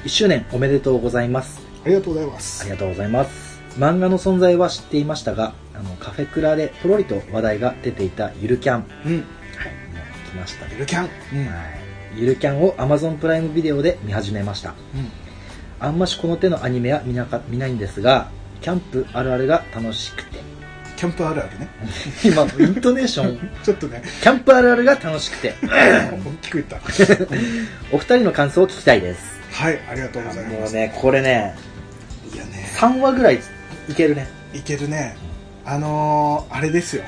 [SPEAKER 2] 周年おめでとうございます。
[SPEAKER 1] ありがとうございま
[SPEAKER 2] あ
[SPEAKER 1] す
[SPEAKER 2] りがとうございます。漫画の存在は知っていましたが、あのカフェクラでポロリと話題が出ていたゆるキャン。はい、
[SPEAKER 1] うん
[SPEAKER 2] もう来ましたね。
[SPEAKER 1] ゆるキャンうん
[SPEAKER 2] はい。ゆるキャンを Amazon プライムビデオで見始めました。
[SPEAKER 1] うん
[SPEAKER 2] あんましこの手のアニメは見なか見ないんですが、キャンプあるあるが楽しくて。
[SPEAKER 1] キャンプあるあるね
[SPEAKER 2] 今、イントネーション。
[SPEAKER 1] ちょっと ね
[SPEAKER 2] キャンプあるあるが楽しくて。
[SPEAKER 1] 大きく言った
[SPEAKER 2] お二人の感想を聞きたいです。
[SPEAKER 1] はいありがとうございます
[SPEAKER 2] もうね、これね、
[SPEAKER 1] いやね
[SPEAKER 2] 3話ぐらいいけるね。
[SPEAKER 1] いけるねあのー、あれですよ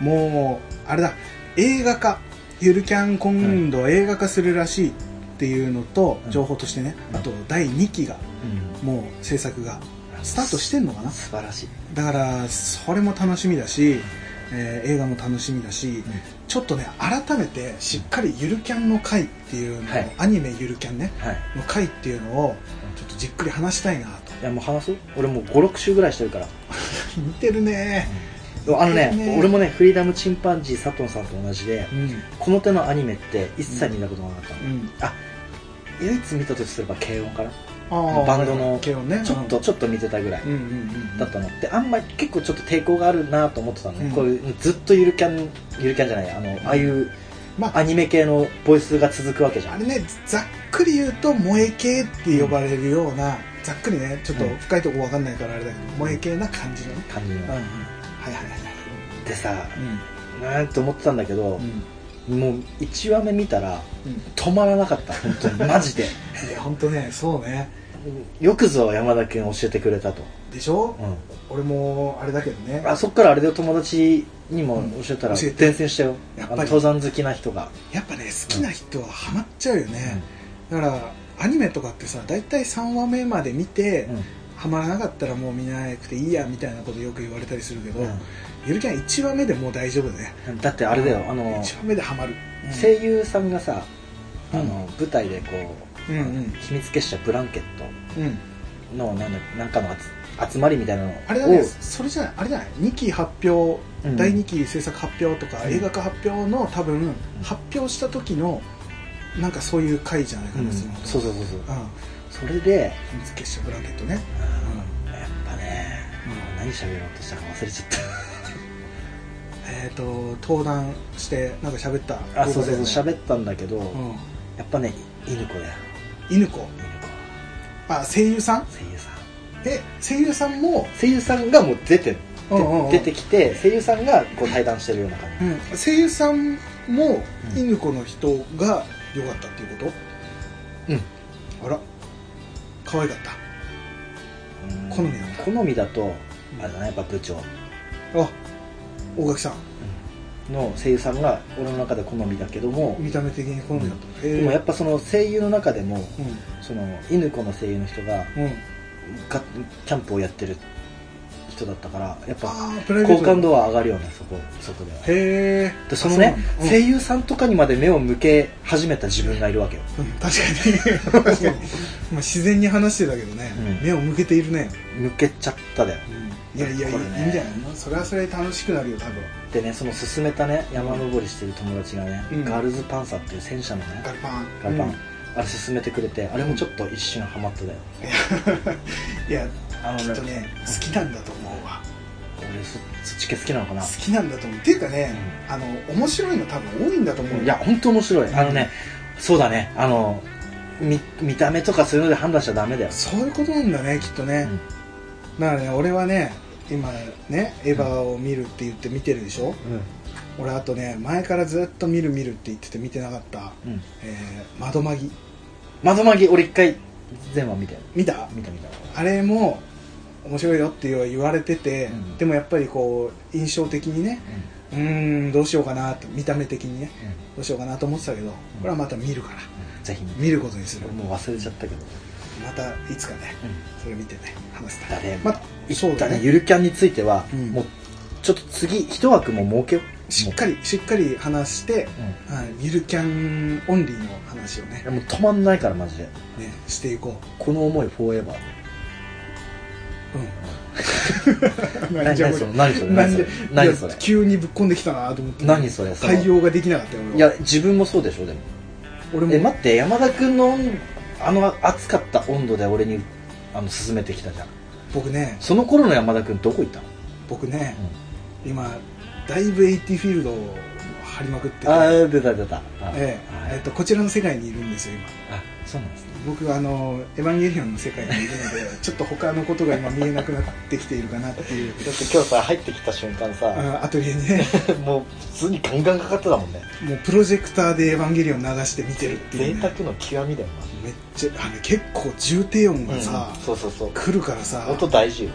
[SPEAKER 1] もうあれだ映画化ゆるキャン今度映画化するらしいっていうのと、
[SPEAKER 2] うん
[SPEAKER 1] 情報としてね、
[SPEAKER 2] うん
[SPEAKER 1] あと第2期がもう制作がスタートしてんのかな
[SPEAKER 2] 素晴らしい。
[SPEAKER 1] だからそれも楽しみだし、えー映画も楽しみだし、ちょっとね改めてしっかりゆるキャンの回っていうのを、
[SPEAKER 2] はい
[SPEAKER 1] アニメゆるキャンね
[SPEAKER 2] はい。
[SPEAKER 1] の回っていうのをちょっとじっくり話したいなと
[SPEAKER 2] いやもう話す俺もう56週ぐらいしてるから
[SPEAKER 1] 似てるね
[SPEAKER 2] あのね
[SPEAKER 1] ね
[SPEAKER 2] 俺もねフリーダムチンパンジー佐藤さんと同じで
[SPEAKER 1] うん
[SPEAKER 2] この手のアニメって一切見たことがなかったの、
[SPEAKER 1] うん
[SPEAKER 2] 唯一見たとすれば軽音かな、
[SPEAKER 1] あー
[SPEAKER 2] バンドの
[SPEAKER 1] 軽音ね
[SPEAKER 2] ちょっとちょっと見てたぐらい
[SPEAKER 1] うんうんうん
[SPEAKER 2] だったのであんまり結構ちょっと抵抗があるなと思ってたのね、
[SPEAKER 1] うん
[SPEAKER 2] こういうずっとゆるキャンゆるキャンじゃないあのああいう
[SPEAKER 1] まあ
[SPEAKER 2] アニメ系のボイスが続くわけじゃ
[SPEAKER 1] あ
[SPEAKER 2] ん
[SPEAKER 1] れねざっくり言うと萌え系って呼ばれるような、ざっくりねちょっと深いとこわかんないからあれだけど、萌え系な感じのね、
[SPEAKER 2] 感じ
[SPEAKER 1] うん
[SPEAKER 2] の、
[SPEAKER 1] はいはいはいは
[SPEAKER 2] でさ
[SPEAKER 1] い
[SPEAKER 2] なんと思ってたんだけど
[SPEAKER 1] うん、うん
[SPEAKER 2] もう1話目見たら
[SPEAKER 1] うん
[SPEAKER 2] 止まらなかった本当にマジで
[SPEAKER 1] いや本当ねそうね
[SPEAKER 2] よくぞ山田君教えてくれたと、
[SPEAKER 1] でしょ、
[SPEAKER 2] うん、
[SPEAKER 1] 俺もあれだけどね
[SPEAKER 2] あそっからあれで友達にも
[SPEAKER 1] うん
[SPEAKER 2] 教えたら
[SPEAKER 1] 教えて
[SPEAKER 2] 伝染したよ、
[SPEAKER 1] やっ
[SPEAKER 2] あ
[SPEAKER 1] ぱり
[SPEAKER 2] の登山好きな人が、
[SPEAKER 1] やっぱね好きな人はハマっちゃうよね、だからアニメとかってさ大体3話目まで見て、
[SPEAKER 2] うん
[SPEAKER 1] ハマらなかったらもう見なくていいやみたいなことよく言われたりするけど、
[SPEAKER 2] うん
[SPEAKER 1] ゆるキャン1話目でもう大丈夫だね
[SPEAKER 2] だってあれだよあの
[SPEAKER 1] 1話目でハマる、うん
[SPEAKER 2] 声優さんがさ、
[SPEAKER 1] うん
[SPEAKER 2] あの舞台でこう、
[SPEAKER 1] うんうん
[SPEAKER 2] 秘密結社ブランケット
[SPEAKER 1] うん
[SPEAKER 2] のなんだなんかの集集まりみたいなのを
[SPEAKER 1] あれだねそれじゃないあれじゃない2期発表、
[SPEAKER 2] うん
[SPEAKER 1] 第2期制作発表とか、
[SPEAKER 2] うん
[SPEAKER 1] 映画化発表の多分発表した時のなんかそういう回じゃないか
[SPEAKER 2] うん
[SPEAKER 1] な、その
[SPEAKER 2] そうそうそうそう
[SPEAKER 1] うん
[SPEAKER 2] それで、
[SPEAKER 1] 秘密結社ブランケットね、
[SPEAKER 2] うんやっぱね何喋ろうとしたか忘れちゃっ
[SPEAKER 1] えっ、と登壇してなんか喋った
[SPEAKER 2] たあそうそうそう
[SPEAKER 1] っ
[SPEAKER 2] 喋ったんだけど、
[SPEAKER 1] うん
[SPEAKER 2] やっぱね犬子だよ
[SPEAKER 1] 犬子
[SPEAKER 2] 犬子
[SPEAKER 1] あ声優さん
[SPEAKER 2] 声優さん
[SPEAKER 1] え声優さんも、
[SPEAKER 2] 声優さんがもう出てる
[SPEAKER 1] うんうんうん
[SPEAKER 2] 出てきて声優さんがこう対談してるような感じ、
[SPEAKER 1] うん声優さんも
[SPEAKER 2] うん
[SPEAKER 1] 犬子の人が良かったっていうこ
[SPEAKER 2] うん
[SPEAKER 1] とあら可愛かった
[SPEAKER 2] うん
[SPEAKER 1] 好みなんだ
[SPEAKER 2] 好みだとあれだなやっぱ部長
[SPEAKER 1] あ大垣さん
[SPEAKER 2] の声優さんが俺の中で好みだけども、
[SPEAKER 1] 見た目的に好みだった、
[SPEAKER 2] でもやっぱその声優の中でも
[SPEAKER 1] うん
[SPEAKER 2] その犬子の声優の人が
[SPEAKER 1] うん、
[SPEAKER 2] がキャンプをやってる人だったからやっぱ
[SPEAKER 1] ああプライベート
[SPEAKER 2] 好感度は上がるよねそこそこでは
[SPEAKER 1] へえ
[SPEAKER 2] でそのね、
[SPEAKER 1] うん
[SPEAKER 2] 声優さんとかにまで目を向け始めた自分がいるわけよ
[SPEAKER 1] うん確かに 確かにまあ自然に話してたけどね、
[SPEAKER 2] うん
[SPEAKER 1] 目を向けているね、
[SPEAKER 2] 向けちゃっただよ
[SPEAKER 1] いやいやいい,、
[SPEAKER 2] これね
[SPEAKER 1] いいんじゃないのそれはそれで楽しくなるよ多分
[SPEAKER 2] でねその進めたね山登りしてる友達がね、
[SPEAKER 1] うん
[SPEAKER 2] ガールズパンサーっていう戦車のね
[SPEAKER 1] ガルパン
[SPEAKER 2] ガルパン、
[SPEAKER 1] うん
[SPEAKER 2] あれ進めてくれてあれもちょっと一瞬ハマっただよ、
[SPEAKER 1] いや
[SPEAKER 2] あの
[SPEAKER 1] きっとね好きなんだと思うわ
[SPEAKER 2] 俺そそっち系好きなのかな
[SPEAKER 1] 好きなんだと思うっていうかね、あの面白いの多分多いんだと思うよ
[SPEAKER 2] いや本当面白い
[SPEAKER 1] うん
[SPEAKER 2] あのね、そうだねあの見見た目とかそういうので判断しちゃダメだよ、
[SPEAKER 1] そういうことなんだねきっと
[SPEAKER 2] う
[SPEAKER 1] ね
[SPEAKER 2] ん、
[SPEAKER 1] だからね俺はね今ねエヴァを見るって言って見てるでしょ俺あとね前からずっと見る見るって言ってて見てなかった、
[SPEAKER 2] うん
[SPEAKER 1] えー、窓マギ
[SPEAKER 2] 窓まぎ俺一回全話見たよ
[SPEAKER 1] 見た
[SPEAKER 2] 見た見た
[SPEAKER 1] あれも面白いよって言われてて、
[SPEAKER 2] うん
[SPEAKER 1] でもやっぱりこう印象的にねうーんどうしようかなと見た目的にねどうしようかなと思ってたけどこれはまた見るから
[SPEAKER 2] ぜひ見て
[SPEAKER 1] 見ることにする
[SPEAKER 2] 俺もう忘れちゃったけど、
[SPEAKER 1] またいつかねそれ見てね話したい
[SPEAKER 2] 誰も、
[SPEAKER 1] まあそうだ
[SPEAKER 2] だね
[SPEAKER 1] ね
[SPEAKER 2] ゆるキャンについては、
[SPEAKER 1] うん
[SPEAKER 2] もうちょっと次一枠も設けよう
[SPEAKER 1] しっかりしっかり話して、
[SPEAKER 2] もう,うん、
[SPEAKER 1] はい、ゆるキャンオンリーの話をね
[SPEAKER 2] いやもう止まんないからマジで
[SPEAKER 1] ねしていこ
[SPEAKER 2] この思いフォーエバー
[SPEAKER 1] う、うん、
[SPEAKER 2] 何
[SPEAKER 1] じゃ
[SPEAKER 2] 何
[SPEAKER 1] こ
[SPEAKER 2] そ
[SPEAKER 1] れ
[SPEAKER 2] れ何それ
[SPEAKER 1] なん
[SPEAKER 2] 何そ
[SPEAKER 1] で
[SPEAKER 2] れ何
[SPEAKER 1] い
[SPEAKER 2] そ
[SPEAKER 1] や
[SPEAKER 2] れ
[SPEAKER 1] 急にぶっこんできたなと思って
[SPEAKER 2] 何それその
[SPEAKER 1] 対応ができなかったよ俺はい
[SPEAKER 2] や自分もそうでしょでも
[SPEAKER 1] 俺も
[SPEAKER 2] え待って山田君のあの暑かった温度で俺にあの勧めてきたじゃん
[SPEAKER 1] 僕ね
[SPEAKER 2] その頃の山田君どこ行ったの
[SPEAKER 1] 僕ね、今だいぶエイティフィールドを張りまくってて
[SPEAKER 2] ああ出た出たあ
[SPEAKER 1] ええ
[SPEAKER 2] は
[SPEAKER 1] え
[SPEAKER 2] い
[SPEAKER 1] っと、こちらの世界にいるんですよ今
[SPEAKER 2] あそうなんですね
[SPEAKER 1] 僕はあのエヴァンゲリオンの世界にいるのでちょっと他のことが今見えなくなってきているかなっていう
[SPEAKER 2] だって今日さ入ってきた瞬間さ、
[SPEAKER 1] あアトリエにね
[SPEAKER 2] もう普通にガンガンかかってたもんね
[SPEAKER 1] もうプロジェクターでエヴァンゲリオン流して見てるっていう、ね、
[SPEAKER 2] の極みだよ
[SPEAKER 1] めっちゃあの結構重低音
[SPEAKER 2] な
[SPEAKER 1] がさ、
[SPEAKER 2] そうそうそう
[SPEAKER 1] 来るからさ
[SPEAKER 2] 大事よ、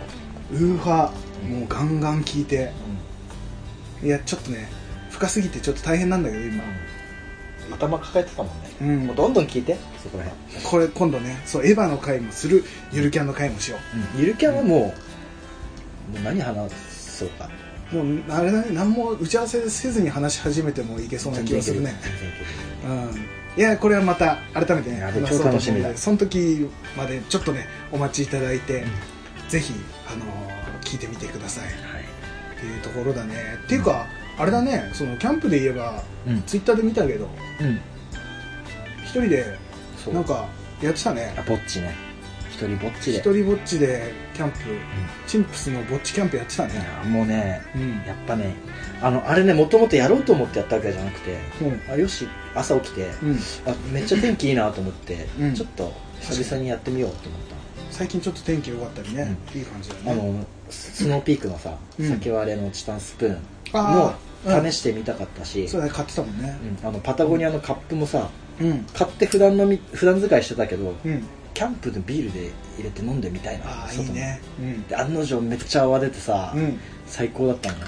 [SPEAKER 1] ウーファ
[SPEAKER 2] うん
[SPEAKER 1] もうガンガン聞いていやちょっとね深すぎてちょっと大変なんだけど今
[SPEAKER 2] 頭抱えてたもんね
[SPEAKER 1] うん
[SPEAKER 2] どんどん聞いてそこら辺
[SPEAKER 1] これ今度ねそうエヴァの回もするゆるキャンの回もしよ
[SPEAKER 2] ゆるキャンはもう,、もう何話そうか
[SPEAKER 1] うもうあれだね何も打ち合わせせずに話し始めてもいけそうな気がするね
[SPEAKER 2] 全然いける
[SPEAKER 1] うんいやこれはまた改めてね
[SPEAKER 2] いや
[SPEAKER 1] 話
[SPEAKER 2] 超
[SPEAKER 1] そうと
[SPEAKER 2] 楽
[SPEAKER 1] 思
[SPEAKER 2] し
[SPEAKER 1] うの
[SPEAKER 2] みだ
[SPEAKER 1] でその時までちょっとねお待ちいただいて、ぜひあのー聞いてみてください
[SPEAKER 2] はい
[SPEAKER 1] っていうところだねっていうか、あれだねそのキャンプで言えば
[SPEAKER 2] うん
[SPEAKER 1] ツイッターで見たけど
[SPEAKER 2] うん
[SPEAKER 1] 一人で
[SPEAKER 2] そう
[SPEAKER 1] なんかやってたね
[SPEAKER 2] あぼっちね一人ぼっち
[SPEAKER 1] 一
[SPEAKER 2] で
[SPEAKER 1] 人ぼっちでキャンプ、チンプスのぼっちキャンプやってた
[SPEAKER 2] い
[SPEAKER 1] ね
[SPEAKER 2] やもうね
[SPEAKER 1] うん
[SPEAKER 2] やっぱねあのあれねもともとやろうと思ってやったわけじゃなくて
[SPEAKER 1] うん
[SPEAKER 2] あよし朝起きて、
[SPEAKER 1] うん、
[SPEAKER 2] あめっちゃ天気いいなと思って、
[SPEAKER 1] うん
[SPEAKER 2] ちょっと久々にやってみようと思った
[SPEAKER 1] 最近ちょっと天気良かったりね、いい感じだ
[SPEAKER 2] あ
[SPEAKER 1] ね
[SPEAKER 2] のスノーピークのさ、
[SPEAKER 1] うん
[SPEAKER 2] 酒割れのチタンスプーン
[SPEAKER 1] あーう
[SPEAKER 2] も
[SPEAKER 1] ん
[SPEAKER 2] 試してみたかったし、
[SPEAKER 1] そうだね買ってたもんね
[SPEAKER 2] うんあのパタゴニアのカップもさ
[SPEAKER 1] うん
[SPEAKER 2] 買って普段飲み普段使いしてたけど
[SPEAKER 1] うん
[SPEAKER 2] キャンプでビールで入れて飲んでみたいな
[SPEAKER 1] ああ
[SPEAKER 2] 外
[SPEAKER 1] いい
[SPEAKER 2] に
[SPEAKER 1] ねうん
[SPEAKER 2] で案の定めっちゃ泡出てさ、
[SPEAKER 1] うん
[SPEAKER 2] 最高だったのよ
[SPEAKER 1] う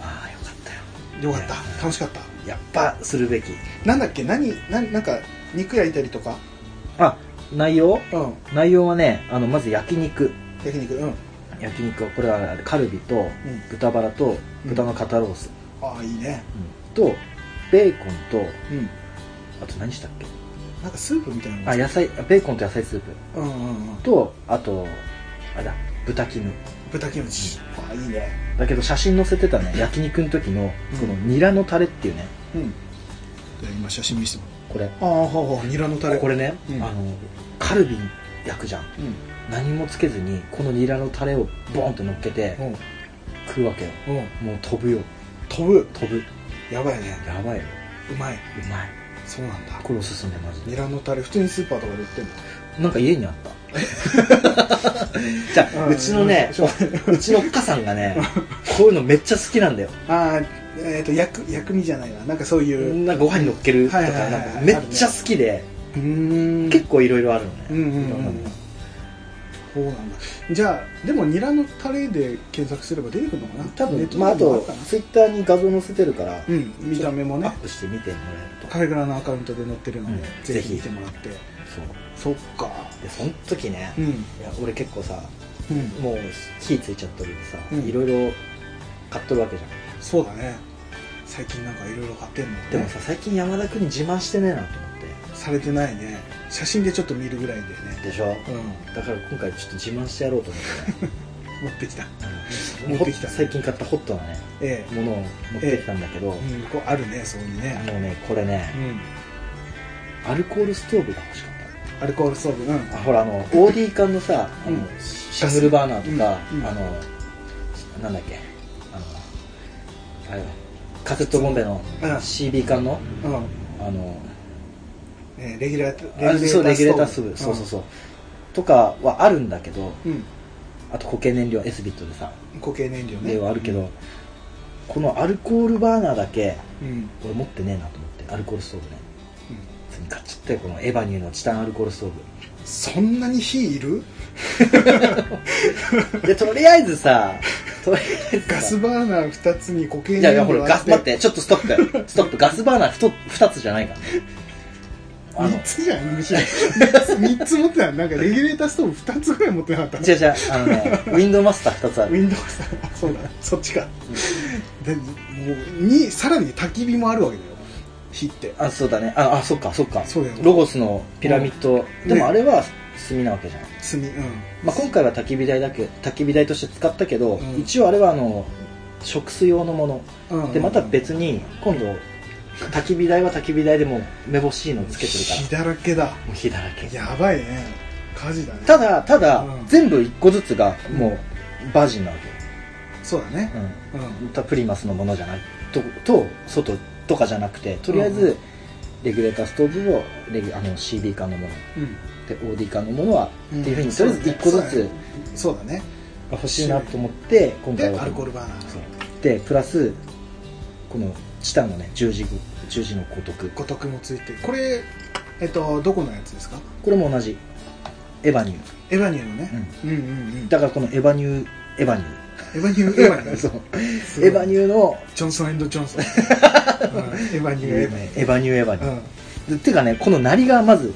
[SPEAKER 2] ああよかったよ
[SPEAKER 1] んよかっ
[SPEAKER 2] いや
[SPEAKER 1] た楽しかった
[SPEAKER 2] やっぱするべき
[SPEAKER 1] なんだっけ何なんなんか肉焼いたりとか
[SPEAKER 2] あ内容
[SPEAKER 1] うん
[SPEAKER 2] 内容はねあのまず焼肉
[SPEAKER 1] 焼肉うん
[SPEAKER 2] 焼肉はこれはカルビと
[SPEAKER 1] うん
[SPEAKER 2] 豚バラと豚の肩ロース、
[SPEAKER 1] ああいいね
[SPEAKER 2] とベーコンと
[SPEAKER 1] うん
[SPEAKER 2] あと何したっけ
[SPEAKER 1] なんかスープみたいなの
[SPEAKER 2] あ野菜ベーコンと野菜スープ
[SPEAKER 1] うんうんうん
[SPEAKER 2] とあとあれだ豚絹
[SPEAKER 1] 豚キムチあいいね
[SPEAKER 2] だけど写真載せてたね焼肉の時の
[SPEAKER 1] うん
[SPEAKER 2] このニラのタレっていうね
[SPEAKER 1] うんじゃあ今写真見せても
[SPEAKER 2] これ
[SPEAKER 1] らうああははニラのタレ
[SPEAKER 2] これね、
[SPEAKER 1] うん
[SPEAKER 2] あのカルビ焼くじゃ
[SPEAKER 1] う
[SPEAKER 2] ん
[SPEAKER 1] ん
[SPEAKER 2] 何もつけずにこのニラのタレをボンと乗っけて
[SPEAKER 1] うん
[SPEAKER 2] 食うわけよ
[SPEAKER 1] うん
[SPEAKER 2] もう飛ぶよ
[SPEAKER 1] 飛ぶ
[SPEAKER 2] 飛ぶ
[SPEAKER 1] やばいね
[SPEAKER 2] やばいよ
[SPEAKER 1] うまいう
[SPEAKER 2] まい
[SPEAKER 1] そうなんだ
[SPEAKER 2] これおすすめマジで
[SPEAKER 1] ニラのタレ普通にスーパーとかで売ってんの
[SPEAKER 2] なんか家にあった じゃあ
[SPEAKER 1] うん
[SPEAKER 2] うちのね
[SPEAKER 1] そう
[SPEAKER 2] うちのおっかさんがねこういうのめっちゃ好きなんだよ
[SPEAKER 1] ああえっ、と薬薬味じゃないななんかそういう
[SPEAKER 2] なんかご飯に乗っけるとか
[SPEAKER 1] はいはいはい
[SPEAKER 2] なんかめっちゃ好きで
[SPEAKER 1] うーん
[SPEAKER 2] 結構いろいろあるのね
[SPEAKER 1] うんうん
[SPEAKER 2] いろんな
[SPEAKER 1] う
[SPEAKER 2] の
[SPEAKER 1] んそうなんだじゃあでもニラのタレで検索すれば出てくるのかな
[SPEAKER 2] 多
[SPEAKER 1] ネッ
[SPEAKER 2] 分
[SPEAKER 1] トで
[SPEAKER 2] まああ
[SPEAKER 1] も
[SPEAKER 2] と
[SPEAKER 1] ったな
[SPEAKER 2] ツイッターに画像載せてるから
[SPEAKER 1] うん見た目も
[SPEAKER 2] ア
[SPEAKER 1] ね
[SPEAKER 2] ップして見てもらえると
[SPEAKER 1] カフェグラのアカウントで載ってるので、
[SPEAKER 2] うん
[SPEAKER 1] ぜ
[SPEAKER 2] ぜ
[SPEAKER 1] ひ
[SPEAKER 2] ひ
[SPEAKER 1] 見てもらって
[SPEAKER 2] そ
[SPEAKER 1] そ
[SPEAKER 2] う
[SPEAKER 1] っか
[SPEAKER 2] でその時ね
[SPEAKER 1] うん
[SPEAKER 2] いや俺結構さ
[SPEAKER 1] うん
[SPEAKER 2] もう火ついちゃった時さ
[SPEAKER 1] うん
[SPEAKER 2] いろいろ買っとるわけじゃん
[SPEAKER 1] そうだね最近なんかいろいろ買ってんのね
[SPEAKER 2] でもさ最近山田君に自慢してねえなと思っ
[SPEAKER 1] されてないね写真でちょっと見るぐらいでね
[SPEAKER 2] てでしょ
[SPEAKER 1] うん
[SPEAKER 2] だから今回ちょっと自慢してやろうと思ってね
[SPEAKER 1] 持ってきた
[SPEAKER 2] あの
[SPEAKER 1] 持ってきた
[SPEAKER 2] 最近買ったホットなね
[SPEAKER 1] ええ
[SPEAKER 2] ものを持ってきたんだけ
[SPEAKER 1] う
[SPEAKER 2] ど、
[SPEAKER 1] ん、こうあるねそこに
[SPEAKER 2] あ
[SPEAKER 1] ね
[SPEAKER 2] のねこれ
[SPEAKER 1] う
[SPEAKER 2] ね、
[SPEAKER 1] ん
[SPEAKER 2] アルコールストーブが欲しかっ
[SPEAKER 1] アルコールストーブうん
[SPEAKER 2] たあほらあの OD 缶のさ、あの
[SPEAKER 1] うん
[SPEAKER 2] シングルバーナーとか、
[SPEAKER 1] うんうん
[SPEAKER 2] あのなんだっけあのあれだカセットボンベの
[SPEAKER 1] うん
[SPEAKER 2] CB 缶の、
[SPEAKER 1] うん
[SPEAKER 2] あの
[SPEAKER 1] えーレギュラー
[SPEAKER 2] あそうレギュレーターストーブ、そうそうそうとかはあるんだけど
[SPEAKER 1] うん、
[SPEAKER 2] あと固形燃料エスビットでさ
[SPEAKER 1] うん、固形燃料ね
[SPEAKER 2] ではあるけど、このアルコールバーナーだけ
[SPEAKER 1] うん、うん
[SPEAKER 2] 俺持ってねえなと思ってアルコールストーブね普通に買っちゃったよこのエヴァニューのチタンアルコールストー
[SPEAKER 1] そんなに火いる
[SPEAKER 2] ブでとりあえずさとりあえずさ
[SPEAKER 1] ガスバーナー2つに固形
[SPEAKER 2] い
[SPEAKER 1] 燃料
[SPEAKER 2] やいやほらガス待っててちょっとストップストップガスバーナーふと2つじゃないからねあの
[SPEAKER 1] 3つじゃんむしろ三つ三つ持ってないなんかレギュレーターストーブ2つぐらい持ってなかった
[SPEAKER 2] 違う違うあのねウィンドウマスター2つあ
[SPEAKER 1] ウ
[SPEAKER 2] る
[SPEAKER 1] ィンドウさんそうだそっちかでもうにさらに焚き火もあるわけだよ火って
[SPEAKER 2] あそうだねああそっかそっか
[SPEAKER 1] そうだよ
[SPEAKER 2] ロゴスのピラミッド、
[SPEAKER 1] うん
[SPEAKER 2] で
[SPEAKER 1] ね
[SPEAKER 2] もあれは炭なわけじゃん、
[SPEAKER 1] 炭うん
[SPEAKER 2] まあ、今回は焚き火台だけ焚き火台として使ったけど、
[SPEAKER 1] うん
[SPEAKER 2] 一応あれはあの食水用のもの
[SPEAKER 1] うんうん
[SPEAKER 2] でまた別に今度焚き火台は焚き火台でもうめぼしいのつけてるから
[SPEAKER 1] 火だらけだ
[SPEAKER 2] もう火だらけ
[SPEAKER 1] やばいね火事だね
[SPEAKER 2] ただただ、
[SPEAKER 1] うん
[SPEAKER 2] 全部一個ずつがもうバージンなわ
[SPEAKER 1] そうだ
[SPEAKER 2] け
[SPEAKER 1] ね
[SPEAKER 2] よ、
[SPEAKER 1] うん
[SPEAKER 2] うん、たプリマスのものじゃないとと外とかじゃなくてとりあえず、
[SPEAKER 1] う
[SPEAKER 2] レギュレーターストーブをレギュあの CB 缶のもの
[SPEAKER 1] うん
[SPEAKER 2] で OD 缶のものは、
[SPEAKER 1] うん
[SPEAKER 2] っていうふうにとりあえず一個ずつ
[SPEAKER 1] そうだね
[SPEAKER 2] 欲しいなと思って今
[SPEAKER 1] で
[SPEAKER 2] 回は
[SPEAKER 1] アルコールバーナー
[SPEAKER 2] そうでプラスこのチタンのね十字十字の孤独
[SPEAKER 1] 五徳もついてこれえっとどこのやつですか
[SPEAKER 2] これも同じエヴァニュー
[SPEAKER 1] エヴァニューのね、うん、うんうん
[SPEAKER 2] だからこのエヴァニューエヴァニュ
[SPEAKER 1] エヴァニュ ー
[SPEAKER 2] ー
[SPEAKER 1] エヴァニュー
[SPEAKER 2] そう
[SPEAKER 1] すごい
[SPEAKER 2] エヴァニューの
[SPEAKER 1] ジョンソンジョン ソン、うんエヴァニューエヴァニ
[SPEAKER 2] エ
[SPEAKER 1] ュ
[SPEAKER 2] ヴァニューエヴァニ
[SPEAKER 1] ー、
[SPEAKER 2] ューてかねこのなりがまず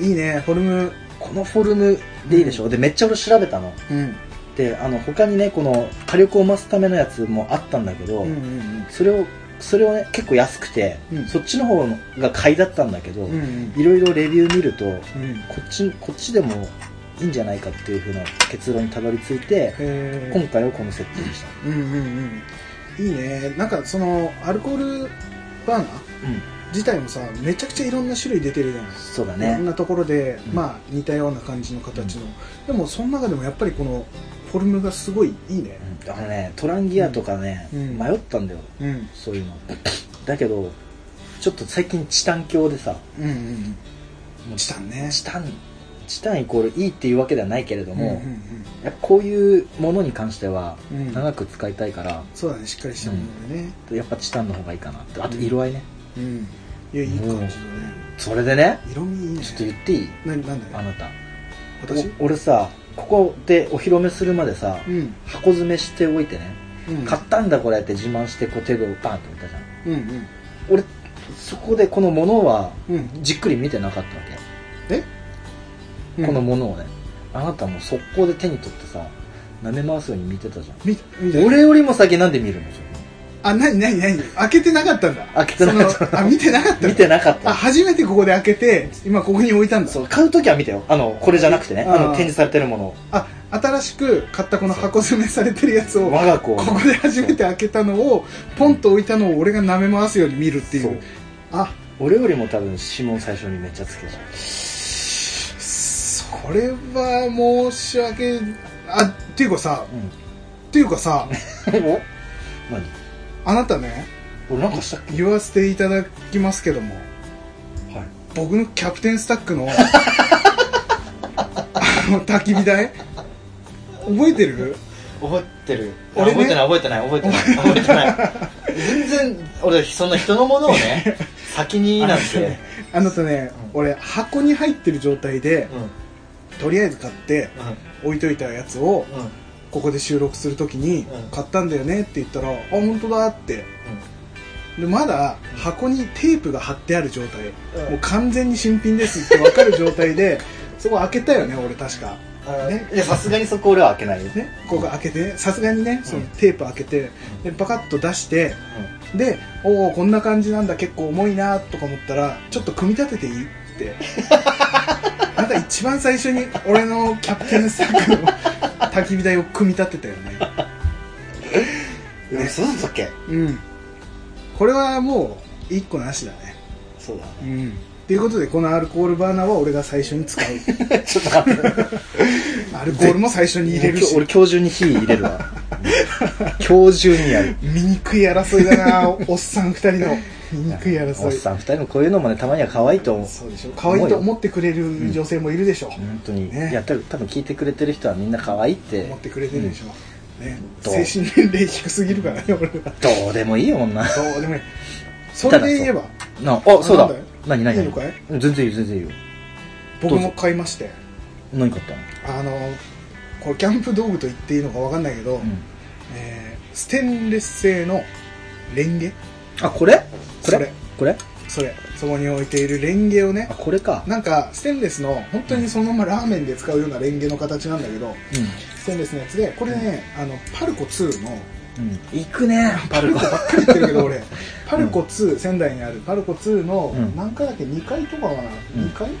[SPEAKER 1] うん、いいねフォルム
[SPEAKER 2] このフォルムでいいでしょ、でめっちゃ俺調べたの
[SPEAKER 1] うん
[SPEAKER 2] であの他にねこの火力を増すためのやつもあったんだけど、
[SPEAKER 1] うんうん
[SPEAKER 2] それをそれをね結構安くて、
[SPEAKER 1] うん
[SPEAKER 2] そっちの方が買いだったんだけど、
[SPEAKER 1] うんうん
[SPEAKER 2] いろいろレビュー見ると
[SPEAKER 1] うん
[SPEAKER 2] こっちこっちでもいいんじゃないかっていうふうな結論にたどり着いて
[SPEAKER 1] へー
[SPEAKER 2] 今回はこのセットにした、
[SPEAKER 1] うんうんうんいいねなんかそのアルコールバーナー
[SPEAKER 2] うん、
[SPEAKER 1] 自体もさめちゃくちゃいろんな種類出てるじゃない
[SPEAKER 2] そうだ
[SPEAKER 1] いろん
[SPEAKER 2] ね
[SPEAKER 1] なところで、
[SPEAKER 2] うん
[SPEAKER 1] まあ似たような感じの形の、でもその中でもやっぱりこのフォルムがすごいいいね
[SPEAKER 2] うんあのねトランギアとかね、
[SPEAKER 1] うん
[SPEAKER 2] 迷ったんだよ
[SPEAKER 1] うん、
[SPEAKER 2] そういうのだけどちょっと最近チタン鏡でさ
[SPEAKER 1] うんうん
[SPEAKER 2] もう
[SPEAKER 1] チタンね
[SPEAKER 2] チタンチタンイコールいいっていうわけではないけれど
[SPEAKER 1] うんうん
[SPEAKER 2] も、やっぱこういうものに関しては
[SPEAKER 1] うんうん
[SPEAKER 2] 長く使いたいから、
[SPEAKER 1] そうだねしっかりしたものでね
[SPEAKER 2] やっぱチタンの方がいいかなってあと色合いね、
[SPEAKER 1] うん、いやいい感じだね
[SPEAKER 2] それでね
[SPEAKER 1] 色味いいね
[SPEAKER 2] ちょっと言っていい
[SPEAKER 1] ななんだ
[SPEAKER 2] あ
[SPEAKER 1] よ
[SPEAKER 2] なた
[SPEAKER 1] 私
[SPEAKER 2] お俺さここでお披露目するまでさ、
[SPEAKER 1] うん
[SPEAKER 2] 箱詰めしておいてね、
[SPEAKER 1] うん
[SPEAKER 2] 買ったんだこれって自慢してこう手をバンって置いたじゃん
[SPEAKER 1] うんうん
[SPEAKER 2] 俺そこでこのものは
[SPEAKER 1] うん
[SPEAKER 2] じっくり見てなかったわ
[SPEAKER 1] う
[SPEAKER 2] け、
[SPEAKER 1] ん
[SPEAKER 2] このものをねあなたもう速攻で手に取ってさ舐め回すように見てたじゃん
[SPEAKER 1] み見て
[SPEAKER 2] 俺よりも先なんで見るのそれ
[SPEAKER 1] あ何何何開けてなかったんだ
[SPEAKER 2] 開けてなかった
[SPEAKER 1] そのあ見てなかった
[SPEAKER 2] 見てなかった
[SPEAKER 1] あ初めてここで開けて今ここに置いたんだ
[SPEAKER 2] そう買う時は見てよあのこれじゃなくてねあの
[SPEAKER 1] あー
[SPEAKER 2] 展示されてるものを
[SPEAKER 1] あ新しく買ったこの箱詰めされてるやつを
[SPEAKER 2] 我が子を
[SPEAKER 1] ここで初めて開けたのをポンと置いたのを俺が舐め回すように見るってい
[SPEAKER 2] そう
[SPEAKER 1] うあ
[SPEAKER 2] 俺よりも多分指紋最初にめっちゃつけちゃう
[SPEAKER 1] それは申し訳あっていうかさ
[SPEAKER 2] うん
[SPEAKER 1] っていうかさ
[SPEAKER 2] お何
[SPEAKER 1] あなたね
[SPEAKER 2] 俺なんかしたっけ
[SPEAKER 1] 言わせていただきますけども
[SPEAKER 2] はい
[SPEAKER 1] 僕のキャプテンスタックのあの焚き火台覚えてる
[SPEAKER 2] 覚えてる
[SPEAKER 1] 俺ね
[SPEAKER 2] 覚えてない覚えてない覚えてない覚えてない全然俺そんな人のものを ね先になんて
[SPEAKER 1] あなたね、俺箱に入ってる状態で
[SPEAKER 2] うんうん
[SPEAKER 1] とりあえず買って置いといたやつを
[SPEAKER 2] うん
[SPEAKER 1] ここで収録するときに
[SPEAKER 2] うん
[SPEAKER 1] 買ったんだよねって言ったらあ本当だってでまだ箱にテープが貼ってある状態
[SPEAKER 2] うん
[SPEAKER 1] もう完全に新品ですって分かる状態で そこ開けたよね俺確か
[SPEAKER 2] あ
[SPEAKER 1] ね
[SPEAKER 2] ーいやさすがにそこ俺は開けないよ
[SPEAKER 1] ねここ開けてさすがにねそのテープ開けてでパカッと出してでおおこんな感じなんだ結構重いなとか思ったらちょっと組み立てていいって あなた一番最初に俺のキャプテンサック の焚き火台を組み立てたよね
[SPEAKER 2] うんえそうだったっけ
[SPEAKER 1] うんこれはもう一個なしだね
[SPEAKER 2] そうだ
[SPEAKER 1] う
[SPEAKER 2] ね
[SPEAKER 1] んということでこのアルコールバーナーは俺が最初に使う
[SPEAKER 2] ちょっと待って
[SPEAKER 1] アルコールも最初に入れるし
[SPEAKER 2] 俺今日中に火入れる わ今日中にやる
[SPEAKER 1] 醜い争いだな おっさん二人の醜い
[SPEAKER 2] おっ
[SPEAKER 1] 争い
[SPEAKER 2] さん二人もこういうのもねたまには可愛いと思う
[SPEAKER 1] そうでしょ可愛いと思ってくれる女性もいるでしょ、
[SPEAKER 2] 本当に、
[SPEAKER 1] ね
[SPEAKER 2] いや多分多分聞いてくれてる人はみんな可愛いって
[SPEAKER 1] 思ってくれてるでしょ、ね、
[SPEAKER 2] ど
[SPEAKER 1] 精
[SPEAKER 2] う
[SPEAKER 1] 神年齢低すぎるからね俺は
[SPEAKER 2] どうでもいいよ 女
[SPEAKER 1] そうでもねそれで言えば
[SPEAKER 2] なあそうだ
[SPEAKER 1] なんだよ
[SPEAKER 2] 何何
[SPEAKER 1] いいの
[SPEAKER 2] 何
[SPEAKER 1] かい
[SPEAKER 2] 全然いいよ全然いいよ
[SPEAKER 1] 僕も買いまして
[SPEAKER 2] 何買ったの
[SPEAKER 1] あのこれキャンプ道具と言っていいのか分かんないけど、えーステンレス製のレンゲ
[SPEAKER 2] あこれこ
[SPEAKER 1] そ
[SPEAKER 2] れ
[SPEAKER 1] れ
[SPEAKER 2] これ
[SPEAKER 1] それそこに置いているレンゲをね
[SPEAKER 2] あこれか
[SPEAKER 1] なんかステンレスの本当にそのままラーメンで使うようなレンゲの形なんだけど
[SPEAKER 2] う
[SPEAKER 1] ステンレスのやつでこれね、あのパルコ2の
[SPEAKER 2] んうん行くね
[SPEAKER 1] パルコばっかり言ってるけど 俺パルコ2、仙台にあるパルコ2の
[SPEAKER 2] うん
[SPEAKER 1] 何階だっけ2階とかかな、
[SPEAKER 2] うん
[SPEAKER 1] 2階
[SPEAKER 2] うん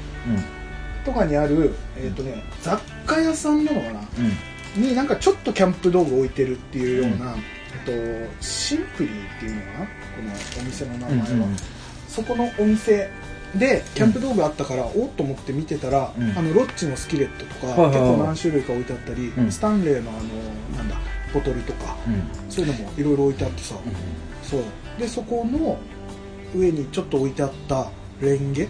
[SPEAKER 1] とかにある、えっとね、雑貨屋さんなのかな
[SPEAKER 2] うん
[SPEAKER 1] になんかちょっとキャンプ道具置いてるっていうような、えっとシンプリーっていうのかなこのお店の名前は、
[SPEAKER 2] うんうん
[SPEAKER 1] そこのお店でキャンプ道具あったから、おっと思って見てたら、
[SPEAKER 2] うん
[SPEAKER 1] あのロッチのスキレットとか、
[SPEAKER 2] はいはいはい
[SPEAKER 1] 結構何種類か置いてあったり、
[SPEAKER 2] うん
[SPEAKER 1] スタンレーのあのなんだボトルとか
[SPEAKER 2] うん
[SPEAKER 1] そういうのもいろいろ置いてあってさ、そうでそこの上にちょっと置いてあったレンゲ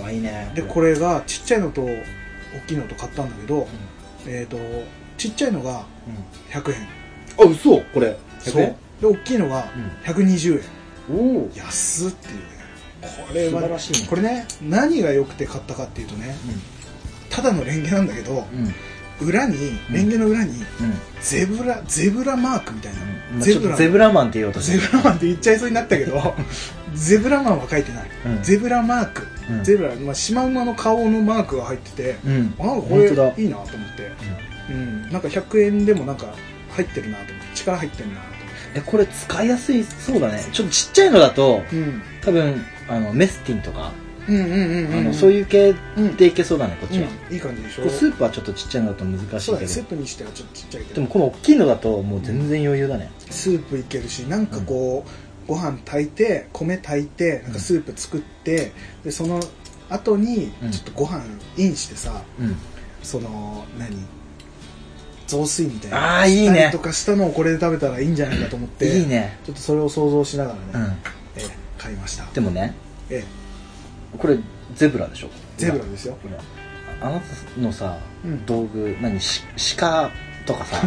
[SPEAKER 2] 可愛いね
[SPEAKER 1] でこれがちっちゃいのと大きいのと買ったんだけど、えっ、とちっちゃいのが100円
[SPEAKER 2] あ嘘これ
[SPEAKER 1] そうで大きいのが120円、
[SPEAKER 2] おお
[SPEAKER 1] 安っていうねこ
[SPEAKER 2] 素晴らしいね
[SPEAKER 1] これね何が良くて買ったかっていうとねただのレンゲなんだけど
[SPEAKER 2] うんうん
[SPEAKER 1] 裏にレンゲの裏に
[SPEAKER 2] うん
[SPEAKER 1] ゼブラゼブラマークみたいな、
[SPEAKER 2] まあ
[SPEAKER 1] ゼ
[SPEAKER 2] ちょっ
[SPEAKER 1] ブ
[SPEAKER 2] と
[SPEAKER 1] ラ
[SPEAKER 2] ゼブラマンって言おうと
[SPEAKER 1] ゼブラマンって言っちゃいそうになったけ どゼブラマンは書いてない、
[SPEAKER 2] うん
[SPEAKER 1] ゼブラマーク、
[SPEAKER 2] うん
[SPEAKER 1] ゼブラ、まあ、シマウマの顔のマークが入ってて
[SPEAKER 2] うん
[SPEAKER 1] あなんかこ
[SPEAKER 2] 本当だ
[SPEAKER 1] れいいなと思って、うん、なんか100円でもなんか入ってるなと思って力入ってるなと思
[SPEAKER 2] えこれ使いやすいそうだねちょっとちっちゃいのだと
[SPEAKER 1] って、うん、
[SPEAKER 2] 多分あのメスティンとか、
[SPEAKER 1] うんうんうんうん
[SPEAKER 2] あのそう
[SPEAKER 1] う
[SPEAKER 2] いう系
[SPEAKER 1] うん
[SPEAKER 2] でいけそうだねこっちは、
[SPEAKER 1] うんいい感じでし
[SPEAKER 2] こ
[SPEAKER 1] ょ
[SPEAKER 2] うスープはちょっとちっちゃいのだと難し
[SPEAKER 1] そう
[SPEAKER 2] い
[SPEAKER 1] だ
[SPEAKER 2] け
[SPEAKER 1] ねスー
[SPEAKER 2] ど
[SPEAKER 1] プにしてはちょっとちっちゃいけ
[SPEAKER 2] で
[SPEAKER 1] ど
[SPEAKER 2] もこの大きいのだともう全然余裕だね、
[SPEAKER 1] スープいけるしなんかこう、ご飯炊いて米炊いてなんかスープ作ってでその後に
[SPEAKER 2] うん
[SPEAKER 1] ちょっとご飯インしてさ、
[SPEAKER 2] うん、
[SPEAKER 1] その何雑炊みたいな
[SPEAKER 2] ああいい
[SPEAKER 1] したり
[SPEAKER 2] ね
[SPEAKER 1] とかしたのをこれで食べたらいいんじゃないかと思って
[SPEAKER 2] いいね、
[SPEAKER 1] ちょっとそれを想像しながらね、
[SPEAKER 2] うん、
[SPEAKER 1] ええ買いました
[SPEAKER 2] でもね
[SPEAKER 1] ええ
[SPEAKER 2] これゼブラでしょ
[SPEAKER 1] ゼブラですよ
[SPEAKER 2] これあなたのさ、
[SPEAKER 1] うん
[SPEAKER 2] 道具何し鹿とかさ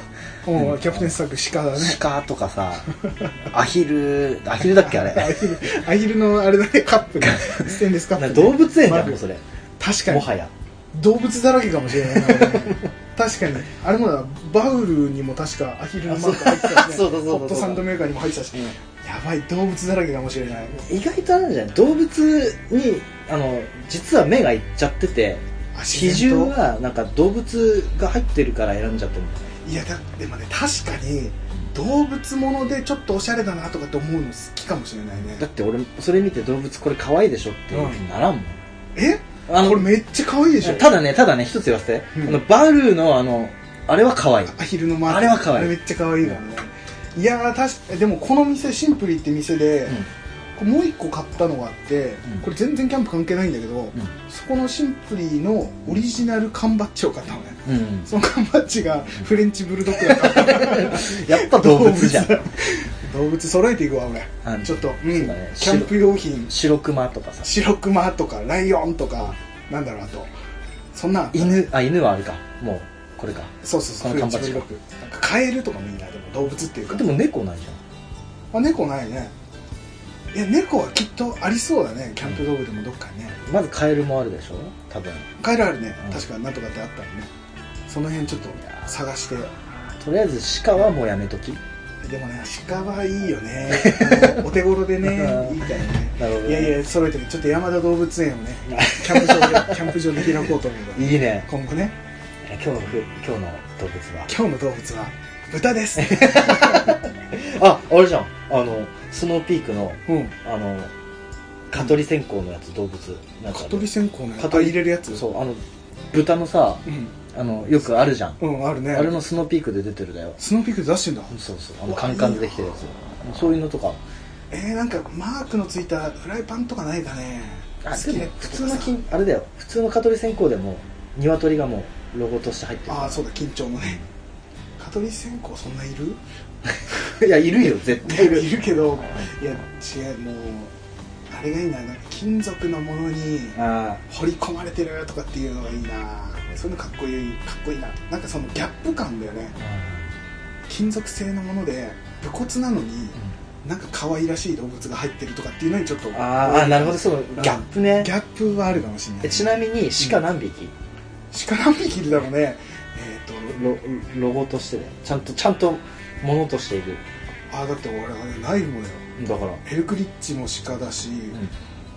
[SPEAKER 1] おうキャプテンスタック鹿だね
[SPEAKER 2] 鹿とかさアヒルアヒルだっけあ
[SPEAKER 1] ア
[SPEAKER 2] れ
[SPEAKER 1] ヒルアヒルのあれだねカッ プがステンレスカップ
[SPEAKER 2] なん
[SPEAKER 1] ね
[SPEAKER 2] か動物園じゃん
[SPEAKER 1] マ
[SPEAKER 2] も
[SPEAKER 1] グ
[SPEAKER 2] うそれ
[SPEAKER 1] 確かに
[SPEAKER 2] もはや
[SPEAKER 1] 動物だらけかもしれないな 俺確かにあれもだバウルにも確かアヒルのマーク入ってたし、ね、
[SPEAKER 2] あ そうそうそうそうそう
[SPEAKER 1] ホットサンドメーカーにも入ってたし、
[SPEAKER 2] うん
[SPEAKER 1] やばい動物だらけかもしれない
[SPEAKER 2] 意外とあるんじゃない動物にあの実は目がいっちゃってて
[SPEAKER 1] あ
[SPEAKER 2] 比
[SPEAKER 1] 自然
[SPEAKER 2] 重
[SPEAKER 1] と
[SPEAKER 2] がなんか動物が入ってるから選んじゃってるんだね
[SPEAKER 1] いやだでもね確かに動物ものでちょっとおしゃれだなとかって思うの好きかもしれない
[SPEAKER 2] だっ
[SPEAKER 1] ね
[SPEAKER 2] て俺それ見て動物これ可愛いでしょっていうふうにならんもん、
[SPEAKER 1] え
[SPEAKER 2] あの
[SPEAKER 1] これめっちゃ可愛いでしょ
[SPEAKER 2] ただねただね一つ言わせて、
[SPEAKER 1] うん
[SPEAKER 2] あのバルーのあのあれは可愛い
[SPEAKER 1] アヒルのマーク
[SPEAKER 2] あれは可愛い
[SPEAKER 1] あれめっちゃ可愛いからね、いやー確かでもこの店シンプリって店で、これもう一個買ったのがあって、
[SPEAKER 2] うん
[SPEAKER 1] これ全然キャンプ関係ないんだけど、そこのシンプリのオリジナル缶バッジを買ったのね
[SPEAKER 2] うん、うん、
[SPEAKER 1] その缶バッジがフレンチブルドッグだったから
[SPEAKER 2] やっぱ 動物じゃん
[SPEAKER 1] 動 動物揃えていくわ俺
[SPEAKER 2] あの
[SPEAKER 1] ちょっと、うん
[SPEAKER 2] そうだね
[SPEAKER 1] キャンプ用品
[SPEAKER 2] 白熊とかさ
[SPEAKER 1] 白クマとかライオンとかなんだろうあとそんなん
[SPEAKER 2] 犬あ犬はあれかもうこれか
[SPEAKER 1] そうそうそうフ
[SPEAKER 2] こ
[SPEAKER 1] レ
[SPEAKER 2] の
[SPEAKER 1] ンチ
[SPEAKER 2] 缶
[SPEAKER 1] ブ
[SPEAKER 2] バッ
[SPEAKER 1] ル
[SPEAKER 2] ジ
[SPEAKER 1] ドッグなんかカエルとかもいいなでも動物っていうか
[SPEAKER 2] でも猫ないじゃん
[SPEAKER 1] あ猫ないねいや猫はきっとありそうだねキャンプ道具でもどっかにね
[SPEAKER 2] まずカエルもあるでしょ多分
[SPEAKER 1] カエルあるね
[SPEAKER 2] うん
[SPEAKER 1] 確かなんとかってあったらねその辺ちょっと探して
[SPEAKER 2] とりあえず鹿はもうやめとき
[SPEAKER 1] でもね鹿はいいよ ねあのお手頃でね
[SPEAKER 2] うん
[SPEAKER 1] いいからね
[SPEAKER 2] なるほど
[SPEAKER 1] いやいや揃えてねちょっと山田動物園をねキャンプ場 でキャンプ場で開こうと思うから
[SPEAKER 2] いいね
[SPEAKER 1] 今後ね
[SPEAKER 2] 今日のふ今日の動物は
[SPEAKER 1] 今日の動物は豚です
[SPEAKER 2] ああれじゃんあのスノーピークの
[SPEAKER 1] うん
[SPEAKER 2] あの蚊取り線香のやつ動物なんか
[SPEAKER 1] 蚊取り線香のや
[SPEAKER 2] 蚊
[SPEAKER 1] つあ
[SPEAKER 2] 取り
[SPEAKER 1] 入れるやつ
[SPEAKER 2] そうあの豚のさ
[SPEAKER 1] うん、
[SPEAKER 2] あのよくあるじゃん
[SPEAKER 1] うん、あるね
[SPEAKER 2] あれのスノーピークで出てるだよ
[SPEAKER 1] スノーピークで出してんだ
[SPEAKER 2] そうそうあのカンカンでできてるやつそういうのとか
[SPEAKER 1] えー、なんかマークのついたフライパンとかないかね
[SPEAKER 2] あ
[SPEAKER 1] 好きな
[SPEAKER 2] でも普通の
[SPEAKER 1] 金
[SPEAKER 2] 金あれだよ普通の蚊取り線香でも鶏がもうロゴとして入ってる
[SPEAKER 1] ああそうだ緊張のね蚊取り線香そんないる
[SPEAKER 2] いやいるよ絶対いる
[SPEAKER 1] いるけどいや違うもうあれがいいななんか金属のものに
[SPEAKER 2] あ
[SPEAKER 1] 掘り込まれてるとかっていうのがいいなそういうのかっこいいかっこいいななんかそのギャップ感だよね
[SPEAKER 2] あ
[SPEAKER 1] 金属製のもので武骨なのになんか可愛らしい動物が入ってるとかっていうのにちょっと
[SPEAKER 2] あーなるほどそうギャップね
[SPEAKER 1] ギャップはあるかもしれない
[SPEAKER 2] えちなみに鹿何匹、
[SPEAKER 1] 鹿何匹いるだろうねえっ、と
[SPEAKER 2] ロロゴとしてだよちゃんとちゃんとものとしている
[SPEAKER 1] ああだって俺はねナイフもだよ
[SPEAKER 2] だから
[SPEAKER 1] ヘルクリッチも鹿だし、
[SPEAKER 2] うん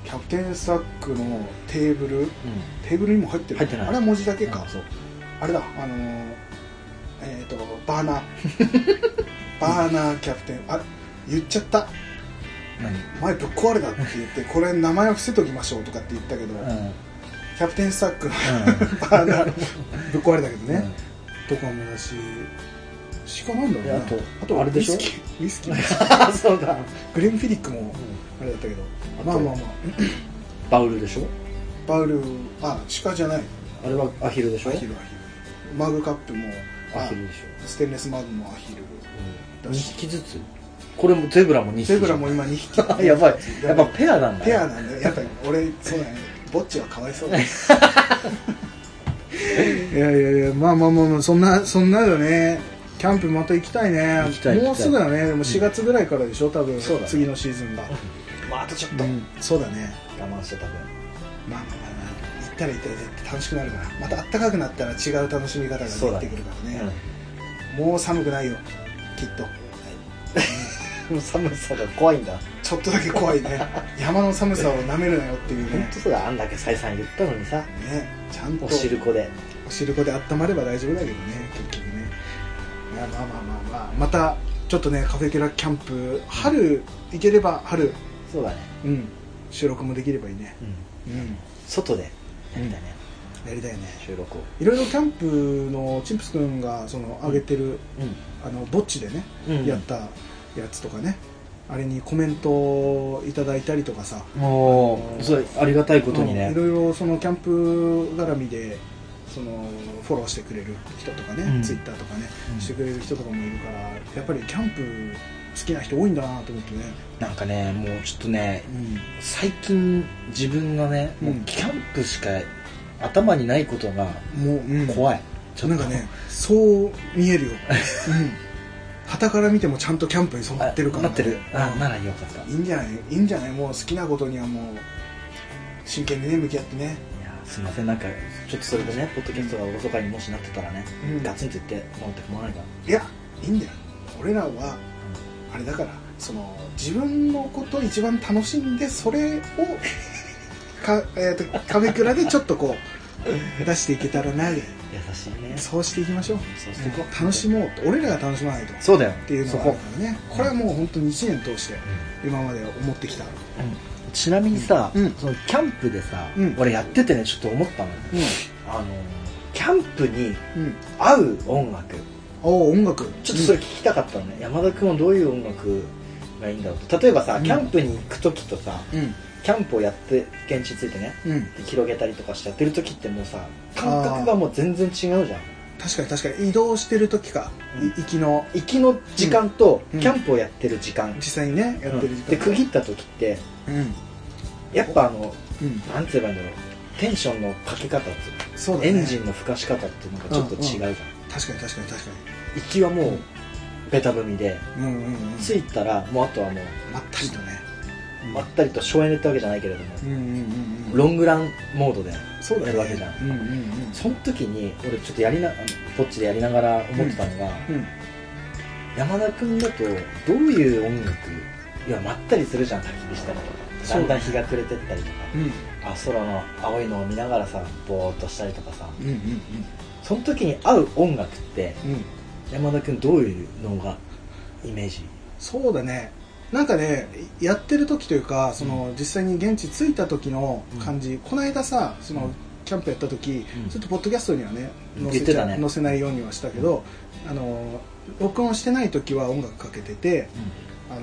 [SPEAKER 1] キャプテンサックのテーブルテーブルにも入ってる
[SPEAKER 2] 入ってない
[SPEAKER 1] あれは文字だけか、
[SPEAKER 2] うんそう
[SPEAKER 1] あれだあのーえっ、とバーナー バーナーキャプテンあ言っちゃった前ぶっ壊れたって言ってこれ名前を伏せときましょうとかって言ったけど、
[SPEAKER 2] 何
[SPEAKER 1] キャプテンサックの
[SPEAKER 2] う
[SPEAKER 1] バーナーぶっ壊れたけど
[SPEAKER 2] ん
[SPEAKER 1] ね、とかもだし鹿なんだろう
[SPEAKER 2] で
[SPEAKER 1] ね
[SPEAKER 2] あと
[SPEAKER 1] あと
[SPEAKER 2] あれでしょ
[SPEAKER 1] ウイスキーウイスキー
[SPEAKER 2] あ そうだ
[SPEAKER 1] グレン・フィリックもあれだったけど、
[SPEAKER 2] あと
[SPEAKER 1] まあまあまあ
[SPEAKER 2] バウルでしょ
[SPEAKER 1] バウルあ鹿じゃない
[SPEAKER 2] あれはアヒルでし
[SPEAKER 1] ア
[SPEAKER 2] ょ
[SPEAKER 1] ヒルアヒルマグカップも
[SPEAKER 2] ア
[SPEAKER 1] あ
[SPEAKER 2] ヒルでしょ
[SPEAKER 1] ステンレスマグもアヒル
[SPEAKER 2] うん二匹ずつこれもゼブラも2匹
[SPEAKER 1] ゼブラも今2匹
[SPEAKER 2] あ やばいやっぱペアなんだ
[SPEAKER 1] ペアなんだよやっぱり俺そうだねぼっちはかわいそうだ いやいやいやまあまあまあまあそんなそんなよねキャンプまた行きたいね
[SPEAKER 2] 行きたい
[SPEAKER 1] もうすぐだねでも4月ぐらいからでしょ多分、
[SPEAKER 2] そうだね
[SPEAKER 1] 次のシーズンが、
[SPEAKER 2] まああとちょっ
[SPEAKER 1] う
[SPEAKER 2] と我
[SPEAKER 1] ん、そうだね
[SPEAKER 2] 慢してた分
[SPEAKER 1] まあまあまあまあ行ったら行ったら絶対楽しくなるからまた暖かくなったら違う楽しみ方が
[SPEAKER 2] そう
[SPEAKER 1] 出
[SPEAKER 2] だ
[SPEAKER 1] て
[SPEAKER 2] ね
[SPEAKER 1] くるからねもう寒くないよきっと
[SPEAKER 2] うん寒さが怖いんだ
[SPEAKER 1] ちょっとだけ怖い ね山の寒さをなめるなよっていう
[SPEAKER 2] 本
[SPEAKER 1] ね
[SPEAKER 2] 当そうだあんだけ再三言ったのにさ
[SPEAKER 1] ねちゃんと
[SPEAKER 2] お汁粉で
[SPEAKER 1] お汁粉で温まれば大丈夫だけどね結局ねいやまあまあまあまあまたちょっとねカフェキュラキャンプ春行ければ春
[SPEAKER 2] そうだね
[SPEAKER 1] うん収録もできればいいねうん
[SPEAKER 2] 外でやりたいね
[SPEAKER 1] やりたいね
[SPEAKER 2] 収録を
[SPEAKER 1] いろいろキャンプのチンプス君がその上げてる
[SPEAKER 2] う
[SPEAKER 1] あのぼっちでね
[SPEAKER 2] うん
[SPEAKER 1] やったやつとかねあれにコメントをいただいたりとかさ
[SPEAKER 2] んもうそれありがたいことに
[SPEAKER 1] うん
[SPEAKER 2] ね
[SPEAKER 1] いろいろそのキャンプ絡みでそのフォローしてくれる人とかね、
[SPEAKER 2] うん
[SPEAKER 1] ツイッターとかね、
[SPEAKER 2] うん
[SPEAKER 1] してくれる人とかもいるからやっぱりキャンプ好きな人多いんだなと思ってね、
[SPEAKER 2] なんかねもうちょっとね
[SPEAKER 1] うん
[SPEAKER 2] 最近自分がねもう
[SPEAKER 1] うん
[SPEAKER 2] キャンプしか頭にないことが
[SPEAKER 1] もう、うん
[SPEAKER 2] 怖いちょっ
[SPEAKER 1] な
[SPEAKER 2] と
[SPEAKER 1] んかねそう見 えるようん傍から見てもちゃんとキャンプに染ま
[SPEAKER 2] あ
[SPEAKER 1] ってるから、ね、
[SPEAKER 2] なってるあ
[SPEAKER 1] うん
[SPEAKER 2] ならよかったい
[SPEAKER 1] いいんじゃないいいんじゃないもう好きなことにはもう真剣にね向き合ってね
[SPEAKER 2] やすいませんなんかちょっとそれでねポッドキャストがおろそかにもしなってたらね
[SPEAKER 1] うん
[SPEAKER 2] ガツンと言ってもらって構わないか
[SPEAKER 1] いやいいんだよ俺らはあれだからその自分のことを一番楽しんでそれを か、えー、と壁倉でちょっとこう出していけたらなで
[SPEAKER 2] 優しいね
[SPEAKER 1] そうしていきましょう
[SPEAKER 2] そうしていこう
[SPEAKER 1] 楽しもうと俺らが楽しまないとっ
[SPEAKER 2] そうだよ
[SPEAKER 1] ていうの
[SPEAKER 2] そ
[SPEAKER 1] がある
[SPEAKER 2] こ
[SPEAKER 1] からねこれはもう本当に1年通して今まで思ってきたう
[SPEAKER 2] ちなみにさ、
[SPEAKER 1] うん
[SPEAKER 2] そのキャンプでさ、
[SPEAKER 1] うん
[SPEAKER 2] 俺やっててねちょっと思ったのよ、
[SPEAKER 1] ん
[SPEAKER 2] あのキャンプに
[SPEAKER 1] うん
[SPEAKER 2] 合う音楽
[SPEAKER 1] おお音楽
[SPEAKER 2] ちょっとそれ聞きたかったのね、山田君はどういう音楽がいいんだろうと例えばさ
[SPEAKER 1] うん
[SPEAKER 2] キャンプに行く時とさ、
[SPEAKER 1] うん
[SPEAKER 2] キャンプをやって現地についてね
[SPEAKER 1] うん
[SPEAKER 2] で広げたりとかしてやってる時ってもうさ感覚がもう全然違うじゃん
[SPEAKER 1] 確かに確かに移動してる時か
[SPEAKER 2] うん
[SPEAKER 1] い行きの
[SPEAKER 2] 行きの時間と
[SPEAKER 1] う
[SPEAKER 2] キ
[SPEAKER 1] ん
[SPEAKER 2] ャンプをやってる時間、
[SPEAKER 1] 実際にねやってる時間
[SPEAKER 2] で区切った時って
[SPEAKER 1] うん
[SPEAKER 2] やっぱあの
[SPEAKER 1] うん
[SPEAKER 2] なんて言えばいいんだろうテンションのかけ方っていうの
[SPEAKER 1] そうだね
[SPEAKER 2] エンジンの吹かし方っていうのがちょっと違うじ
[SPEAKER 1] 確
[SPEAKER 2] ゃん、
[SPEAKER 1] かに確かに確か
[SPEAKER 2] 行きはもうベタ踏みで
[SPEAKER 1] にうんうんうん
[SPEAKER 2] 着いたらもうあとはもう
[SPEAKER 1] まったりとね
[SPEAKER 2] まったりと省エネってわけじゃないけれども
[SPEAKER 1] うんうんうんうん
[SPEAKER 2] ロングランモードで
[SPEAKER 1] そうだ
[SPEAKER 2] やるわけじゃん
[SPEAKER 1] うんうんうん
[SPEAKER 2] その時に俺ちょっとやりなあのポッチでやりながら思ってたのが、
[SPEAKER 1] うん
[SPEAKER 2] 山田君だとどういう音楽いやまったりするじゃん焚き火したりとか
[SPEAKER 1] そ
[SPEAKER 2] だ
[SPEAKER 1] うん
[SPEAKER 2] だん日が暮れてったりとか
[SPEAKER 1] うん
[SPEAKER 2] あ空の青いのを見ながらさぼーっとしたりとかさ
[SPEAKER 1] うんうん
[SPEAKER 2] その時に合う音楽って
[SPEAKER 1] うんうん
[SPEAKER 2] 山田君どういうのがイメージ
[SPEAKER 1] そうだねなんかねやってる時というかその、実際に現地着いた時の感じ、この間さその、
[SPEAKER 2] うん
[SPEAKER 1] キャンプやった時、
[SPEAKER 2] うん
[SPEAKER 1] ちょっとポッドキャストにはね
[SPEAKER 2] うん
[SPEAKER 1] 載せ
[SPEAKER 2] 言っ
[SPEAKER 1] ち
[SPEAKER 2] て
[SPEAKER 1] ゃ
[SPEAKER 2] たね
[SPEAKER 1] 載せないようにはしたけど、あの録音してない時は音楽かけててあの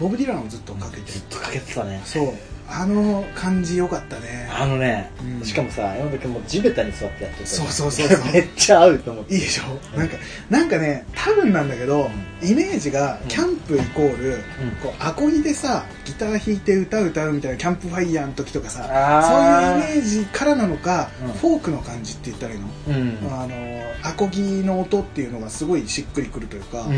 [SPEAKER 1] ボブ・ディランをずっとかけて、
[SPEAKER 2] ずっとかけてたね
[SPEAKER 1] そうあの感じよかったね
[SPEAKER 2] あのね、
[SPEAKER 1] うん
[SPEAKER 2] しかもさ山田君も地べたに座ってやってた
[SPEAKER 1] そうそうそうそう
[SPEAKER 2] めっちゃ合うと思って
[SPEAKER 1] いいでしょなんかなんかね多分なんだけど、
[SPEAKER 2] う
[SPEAKER 1] イメージが
[SPEAKER 2] うん
[SPEAKER 1] キャンプイコール、
[SPEAKER 2] うん
[SPEAKER 1] こうアコギでさギター弾いて歌う歌うみたいなキャンプファイヤーの時とかさ
[SPEAKER 2] あー
[SPEAKER 1] そういうイメージからなのか、
[SPEAKER 2] うん
[SPEAKER 1] フォークの感じって言ったらいいの,、
[SPEAKER 2] うん
[SPEAKER 1] あのアコギの音っていうのがすごいしっくりくるというか、
[SPEAKER 2] うんうん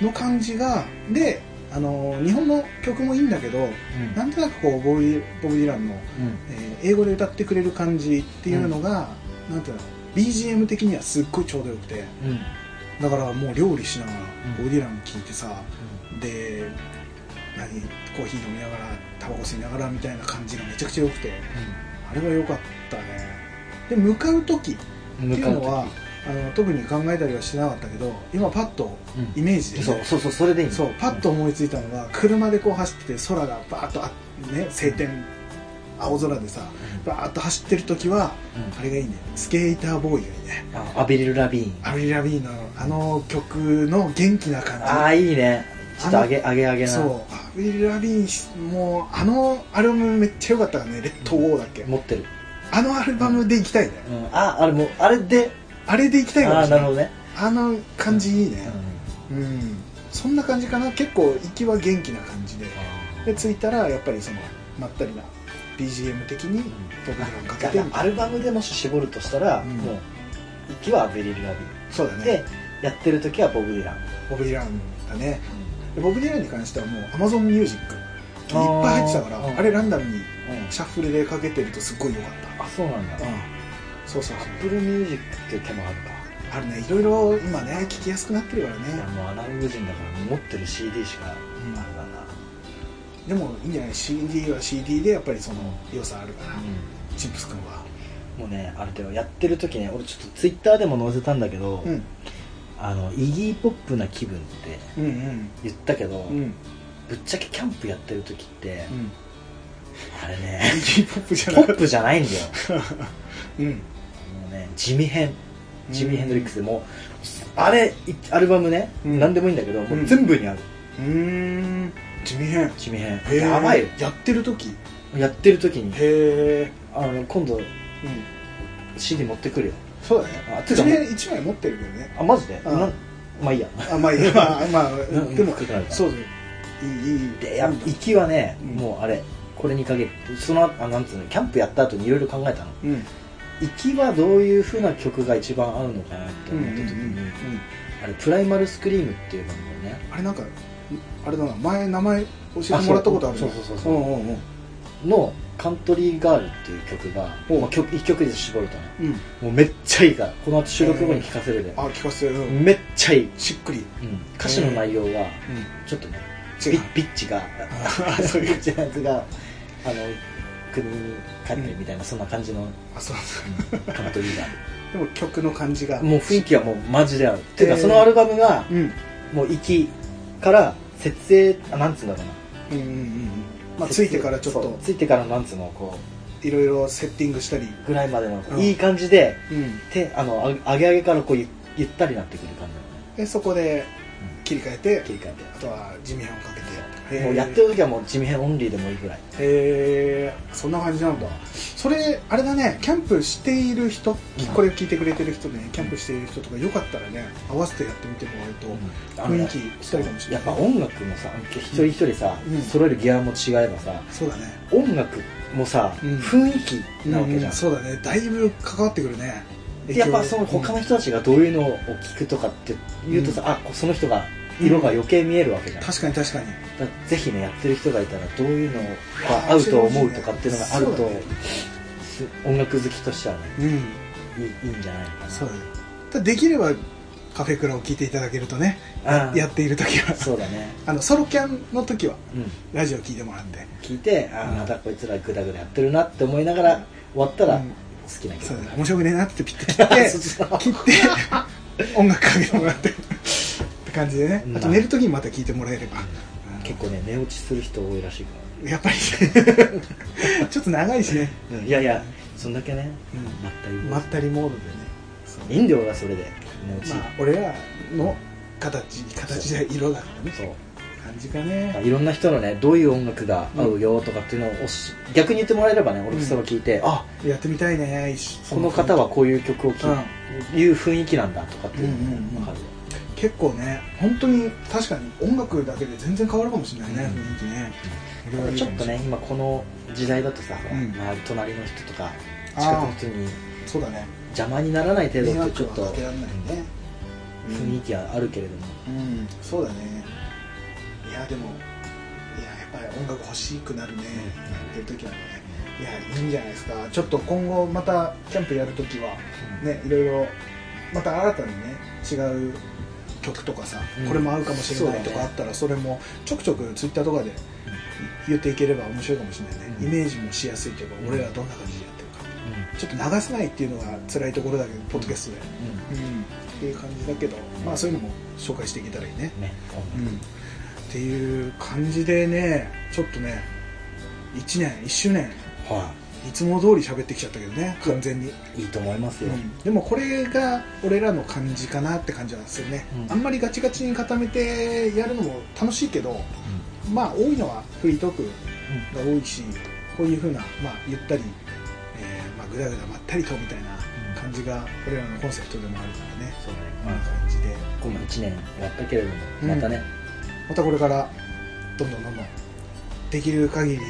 [SPEAKER 2] うん
[SPEAKER 1] の感じがであの日本の曲もいいんだけど
[SPEAKER 2] うん
[SPEAKER 1] なんとなくこうボブ・ディボブディランの、
[SPEAKER 2] うん
[SPEAKER 1] えー英語で歌ってくれる感じっていうのが、なんていうの BGM 的にはすっごいちょうどよくて
[SPEAKER 2] うん
[SPEAKER 1] だからもう料理しながら
[SPEAKER 2] うん
[SPEAKER 1] ボブ・ディラン聴いてさ、で何コーヒー飲みながらタバコ吸いながらみたいな感じがめちゃくちゃ良くてあれは良かったねで向かう時って
[SPEAKER 2] うん
[SPEAKER 1] いうのはあの特に考えたりはしてなかったけど今パッと
[SPEAKER 2] うん
[SPEAKER 1] イメージでね、
[SPEAKER 2] そうそうそうそれでいいの
[SPEAKER 1] そうパッと思いついたのが車でこう走ってて空がバーッとあね晴天青空でさバーッと走ってる時は
[SPEAKER 2] うん
[SPEAKER 1] あれがいいねスケーターボーイがいいね
[SPEAKER 2] あアビリル・ラビーン
[SPEAKER 1] アビリルラビーンのあの曲の元気な感じ
[SPEAKER 2] ああいいねちょっと上げ上げ上げな
[SPEAKER 1] そうアビリル・ラビーンもうあのアルバムめっちゃ良かったからね「レッド・ウォー」だっけ
[SPEAKER 2] 持ってる、
[SPEAKER 1] あのアルバムで行きたいね
[SPEAKER 2] うん、ああれもうあれで
[SPEAKER 1] あれで行きたいか
[SPEAKER 2] あ
[SPEAKER 1] も
[SPEAKER 2] あ
[SPEAKER 1] し
[SPEAKER 2] な
[SPEAKER 1] れな
[SPEAKER 2] るほ
[SPEAKER 1] い
[SPEAKER 2] どね、
[SPEAKER 1] あの感じいいね
[SPEAKER 2] う
[SPEAKER 1] うん、そんな感じかな結構行きは元気な感じでで着いたらやっぱりそのまったりな BGM 的に僕らかけてみ
[SPEAKER 2] ん、
[SPEAKER 1] た
[SPEAKER 2] アルバムでもし絞るとしたら、
[SPEAKER 1] うん
[SPEAKER 2] もう息はアビリル・ラビー
[SPEAKER 1] そうだ
[SPEAKER 2] ン、
[SPEAKER 1] ね
[SPEAKER 2] でやってる時はボブ・ディラン、
[SPEAKER 1] ボブ・ディランだねでボブ・ディランに関してはもう AmazonMusic いっぱい入ってたから
[SPEAKER 2] あ
[SPEAKER 1] あ,、
[SPEAKER 2] ー
[SPEAKER 1] れランダムに
[SPEAKER 2] うん
[SPEAKER 1] シャッフルでかけてるとすっごい良かっ
[SPEAKER 2] あそうなんだ、
[SPEAKER 1] た、うん、そうそうそう
[SPEAKER 2] アップルミュージックっていう手もあるか
[SPEAKER 1] あるねいろいろ今ね聞きやすくなってるからね
[SPEAKER 2] いやもうアナログ人だから持ってる CD しかあれだな、
[SPEAKER 1] でもいいんじゃない CD は CD でやっぱりその良さあるから、チップス君は
[SPEAKER 2] もうねあれだよやってる時ね俺ちょっとツイッターでも載せたんだけど、
[SPEAKER 1] うん
[SPEAKER 2] あのイギーポップな気分って
[SPEAKER 1] うんうん
[SPEAKER 2] 言ったけど、
[SPEAKER 1] うんうん
[SPEAKER 2] ぶっちゃけキャンプやってる時って、あれ
[SPEAKER 1] イ
[SPEAKER 2] ね
[SPEAKER 1] ギーポップじゃ
[SPEAKER 2] ポ
[SPEAKER 1] なかっ
[SPEAKER 2] ップじゃないんだよ
[SPEAKER 1] たうん
[SPEAKER 2] もうね地味編ジミー・ヘンドリックスでもあれいアルバムね、
[SPEAKER 1] うん
[SPEAKER 2] 何でもいいんだけどもう全部にある、
[SPEAKER 1] うーん地味編
[SPEAKER 2] 地味編
[SPEAKER 1] へー
[SPEAKER 2] やばいよ
[SPEAKER 1] やってる時へ
[SPEAKER 2] やってる時に
[SPEAKER 1] え、
[SPEAKER 2] あの今度
[SPEAKER 1] うん、
[SPEAKER 2] CD 持ってくるよ
[SPEAKER 1] そうだ
[SPEAKER 2] あ
[SPEAKER 1] ね地
[SPEAKER 2] てか
[SPEAKER 1] 味編一枚持ってるけどね
[SPEAKER 2] あマジで
[SPEAKER 1] うん
[SPEAKER 2] なんまあいいや
[SPEAKER 1] あまあいいやまあまあ
[SPEAKER 2] な
[SPEAKER 1] でも
[SPEAKER 2] 深くなるから
[SPEAKER 1] そうだねいいいい
[SPEAKER 2] でやっぱ行きはね、
[SPEAKER 1] うん
[SPEAKER 2] もうあれこれにかけてそのあなんつうのキャンプやった後にいろいろ考えたの
[SPEAKER 1] うんうん
[SPEAKER 2] 行きはどういう風な曲が一番合うのかなって
[SPEAKER 1] うんうん
[SPEAKER 2] 思った時に、
[SPEAKER 1] うん
[SPEAKER 2] あれプライマルスクリームっていうバンドね
[SPEAKER 1] あれなんかあれだな前名前教えてもらったことある
[SPEAKER 2] あそ
[SPEAKER 1] ね
[SPEAKER 2] うそうそうそうそうん
[SPEAKER 1] うんうん
[SPEAKER 2] の「カントリーガール」っていう曲が、
[SPEAKER 1] お
[SPEAKER 2] まあ、曲1曲で絞るとね
[SPEAKER 1] うん
[SPEAKER 2] もうめっちゃいいからこの後収録後に聴かせるで、
[SPEAKER 1] あ聞かせてうん
[SPEAKER 2] めっちゃいい、
[SPEAKER 1] しっくり
[SPEAKER 2] うん歌詞の内容がちょっとね
[SPEAKER 1] 違う
[SPEAKER 2] ビビッチが
[SPEAKER 1] あそういう
[SPEAKER 2] ビッチのやつがあの国に帰ってみたいな、そんな感じの
[SPEAKER 1] あそうそ
[SPEAKER 2] カントリーが
[SPEAKER 1] うでも曲の感じ が
[SPEAKER 2] もう雰囲気はもうマジである、ていう
[SPEAKER 1] え
[SPEAKER 2] か
[SPEAKER 1] ー
[SPEAKER 2] そのアルバムが
[SPEAKER 1] うん
[SPEAKER 2] もう行きから設営あなんつうんだろうな、
[SPEAKER 1] うんうんうんうんまあ
[SPEAKER 2] 設
[SPEAKER 1] つ
[SPEAKER 2] 営
[SPEAKER 1] いてからちょっ
[SPEAKER 2] そう
[SPEAKER 1] と
[SPEAKER 2] ついてからなんつうのこ
[SPEAKER 1] いろいろセッティングしたり
[SPEAKER 2] うぐらいまでの、
[SPEAKER 1] うん
[SPEAKER 2] いい感じで
[SPEAKER 1] うん
[SPEAKER 2] てあのあ上げ上げからこうゆゆったりなってくる感じだ
[SPEAKER 1] でそこで
[SPEAKER 2] よね
[SPEAKER 1] 切り替えて
[SPEAKER 2] 切り替
[SPEAKER 1] あとは地味編をかけ
[SPEAKER 2] え
[SPEAKER 1] て
[SPEAKER 2] てもうやってる時はもう地味編オンリーでもいいぐらい
[SPEAKER 1] へえそんな感じなんだそれあれだねキャンプしている人
[SPEAKER 2] うん
[SPEAKER 1] これ聞いてくれてる人でねキャンプしている人とかよかったらね合わせてやってみてもらうと、雰囲気したりかもしれない
[SPEAKER 2] やっぱ音楽もさ一人一人さ、
[SPEAKER 1] うん
[SPEAKER 2] 揃えるギアも違えばさ
[SPEAKER 1] そうだね
[SPEAKER 2] 音楽もさ、
[SPEAKER 1] うん
[SPEAKER 2] 雰囲気なわけじゃん、
[SPEAKER 1] うんそうだねだいぶ関わってくるね
[SPEAKER 2] でやっぱその他の人たちがどういうのを聞くとかって言うとさ、あこその人が色が余計見えるわけじゃん、だか
[SPEAKER 1] 確かに確かに
[SPEAKER 2] らぜひねやってる人がいたらどういうのが合うと思うとかっていうのがある
[SPEAKER 1] そう
[SPEAKER 2] と、
[SPEAKER 1] だね
[SPEAKER 2] す音楽好きとしてはね
[SPEAKER 1] うん
[SPEAKER 2] いいいいんじゃないのかな
[SPEAKER 1] そうだねただできればカフェクラを聞いていただけるとね
[SPEAKER 2] あー
[SPEAKER 1] やっている時は
[SPEAKER 2] そうだね
[SPEAKER 1] あのソロキャンの時は
[SPEAKER 2] うん
[SPEAKER 1] ラジオ聞いてもらって
[SPEAKER 2] 聞いてあ
[SPEAKER 1] うん
[SPEAKER 2] ーまたこいつらグダグダやってるなって思いながら終わったら
[SPEAKER 1] う
[SPEAKER 2] 好
[SPEAKER 1] ん
[SPEAKER 2] きな
[SPEAKER 1] そう
[SPEAKER 2] 曲
[SPEAKER 1] だね
[SPEAKER 2] が
[SPEAKER 1] 面白くねえなってピッて切って
[SPEAKER 2] そっちだ
[SPEAKER 1] 切って音楽かけてもらってって感じでね
[SPEAKER 2] うん
[SPEAKER 1] あと寝る時にまた聞いてもらえればうん
[SPEAKER 2] 結構ね寝落ちする人多いらしいか
[SPEAKER 1] や っぱりちょっと長いしね
[SPEAKER 2] ら、いやいやそんだけね、
[SPEAKER 1] うん
[SPEAKER 2] まったり
[SPEAKER 1] まったりモードでねそう
[SPEAKER 2] いいんだよ俺はそれで寝落ち、
[SPEAKER 1] まあ俺らの形形で色だからね
[SPEAKER 2] そう
[SPEAKER 1] 感じかね
[SPEAKER 2] いろんな人のねどういう音楽が合うよとかっていうのをおし逆に言ってもらえればね俺もそれを聞いて、あ
[SPEAKER 1] やってみたいね一緒
[SPEAKER 2] この方はこういう曲を聴
[SPEAKER 1] う
[SPEAKER 2] く、
[SPEAKER 1] ん
[SPEAKER 2] いう雰囲気なんだとかっていうのもね
[SPEAKER 1] うんうんうん
[SPEAKER 2] わかるよ
[SPEAKER 1] 結構ね本当に確かに音楽だけで全然変わるかもしれないね、
[SPEAKER 2] うん
[SPEAKER 1] 雰囲気ね
[SPEAKER 2] ただちょっとね今この時代だとさ、ほら
[SPEAKER 1] うん
[SPEAKER 2] 周り隣の人とか
[SPEAKER 1] あー
[SPEAKER 2] 近くの人に
[SPEAKER 1] そうだね
[SPEAKER 2] 邪魔にならない程
[SPEAKER 1] 迷
[SPEAKER 2] 度って
[SPEAKER 1] 惑
[SPEAKER 2] ちょっ
[SPEAKER 1] は
[SPEAKER 2] と
[SPEAKER 1] かけられないね、
[SPEAKER 2] 雰囲気はあるけれども、
[SPEAKER 1] うん、うんそうだねいやでもいややっぱり音楽欲しくなるね、やってる時はねいやいいんじゃないですかちょっと今後またキャンプやる時はねいろいろまた新たにね違う曲とかさ、
[SPEAKER 2] うん
[SPEAKER 1] これも合うかもしれないと
[SPEAKER 2] そうだ
[SPEAKER 1] かあ
[SPEAKER 2] ね
[SPEAKER 1] ったらそれもちょくちょくツイッターとかで言っていければ面白いかもしれないね、
[SPEAKER 2] うん
[SPEAKER 1] イメージもしやすいというか、
[SPEAKER 2] うん
[SPEAKER 1] 俺らどんな感じでやってるか
[SPEAKER 2] うんうん
[SPEAKER 1] ちょっと流せないっていうのが辛いところだけどポッドキャストで、うんっていう感じだけど、まあそういうのも紹介していけたらいいね、
[SPEAKER 2] ね
[SPEAKER 1] うん、っていう感じでねちょっとね1年1周年
[SPEAKER 2] はい
[SPEAKER 1] つも通り喋ってきちゃったけどね完全に、
[SPEAKER 2] いいいと思いますよ、
[SPEAKER 1] うんでもこれが俺らの感じかなって感じなんですよね、
[SPEAKER 2] うん
[SPEAKER 1] あんまりガチガチに固めてやるのも楽しいけどまあ多いのはフリートークが多いしこういうふうな、まあ、ゆったり、えーまあ、ぐだぐだまったりとみたいな感じが俺らのコンセプトでもあるからね
[SPEAKER 2] そうだね、
[SPEAKER 1] こん
[SPEAKER 2] ま
[SPEAKER 1] な
[SPEAKER 2] あ
[SPEAKER 1] 感じで
[SPEAKER 2] この1年やったけれども、
[SPEAKER 1] うん
[SPEAKER 2] またね
[SPEAKER 1] またこれからどんどんどんどんできる限り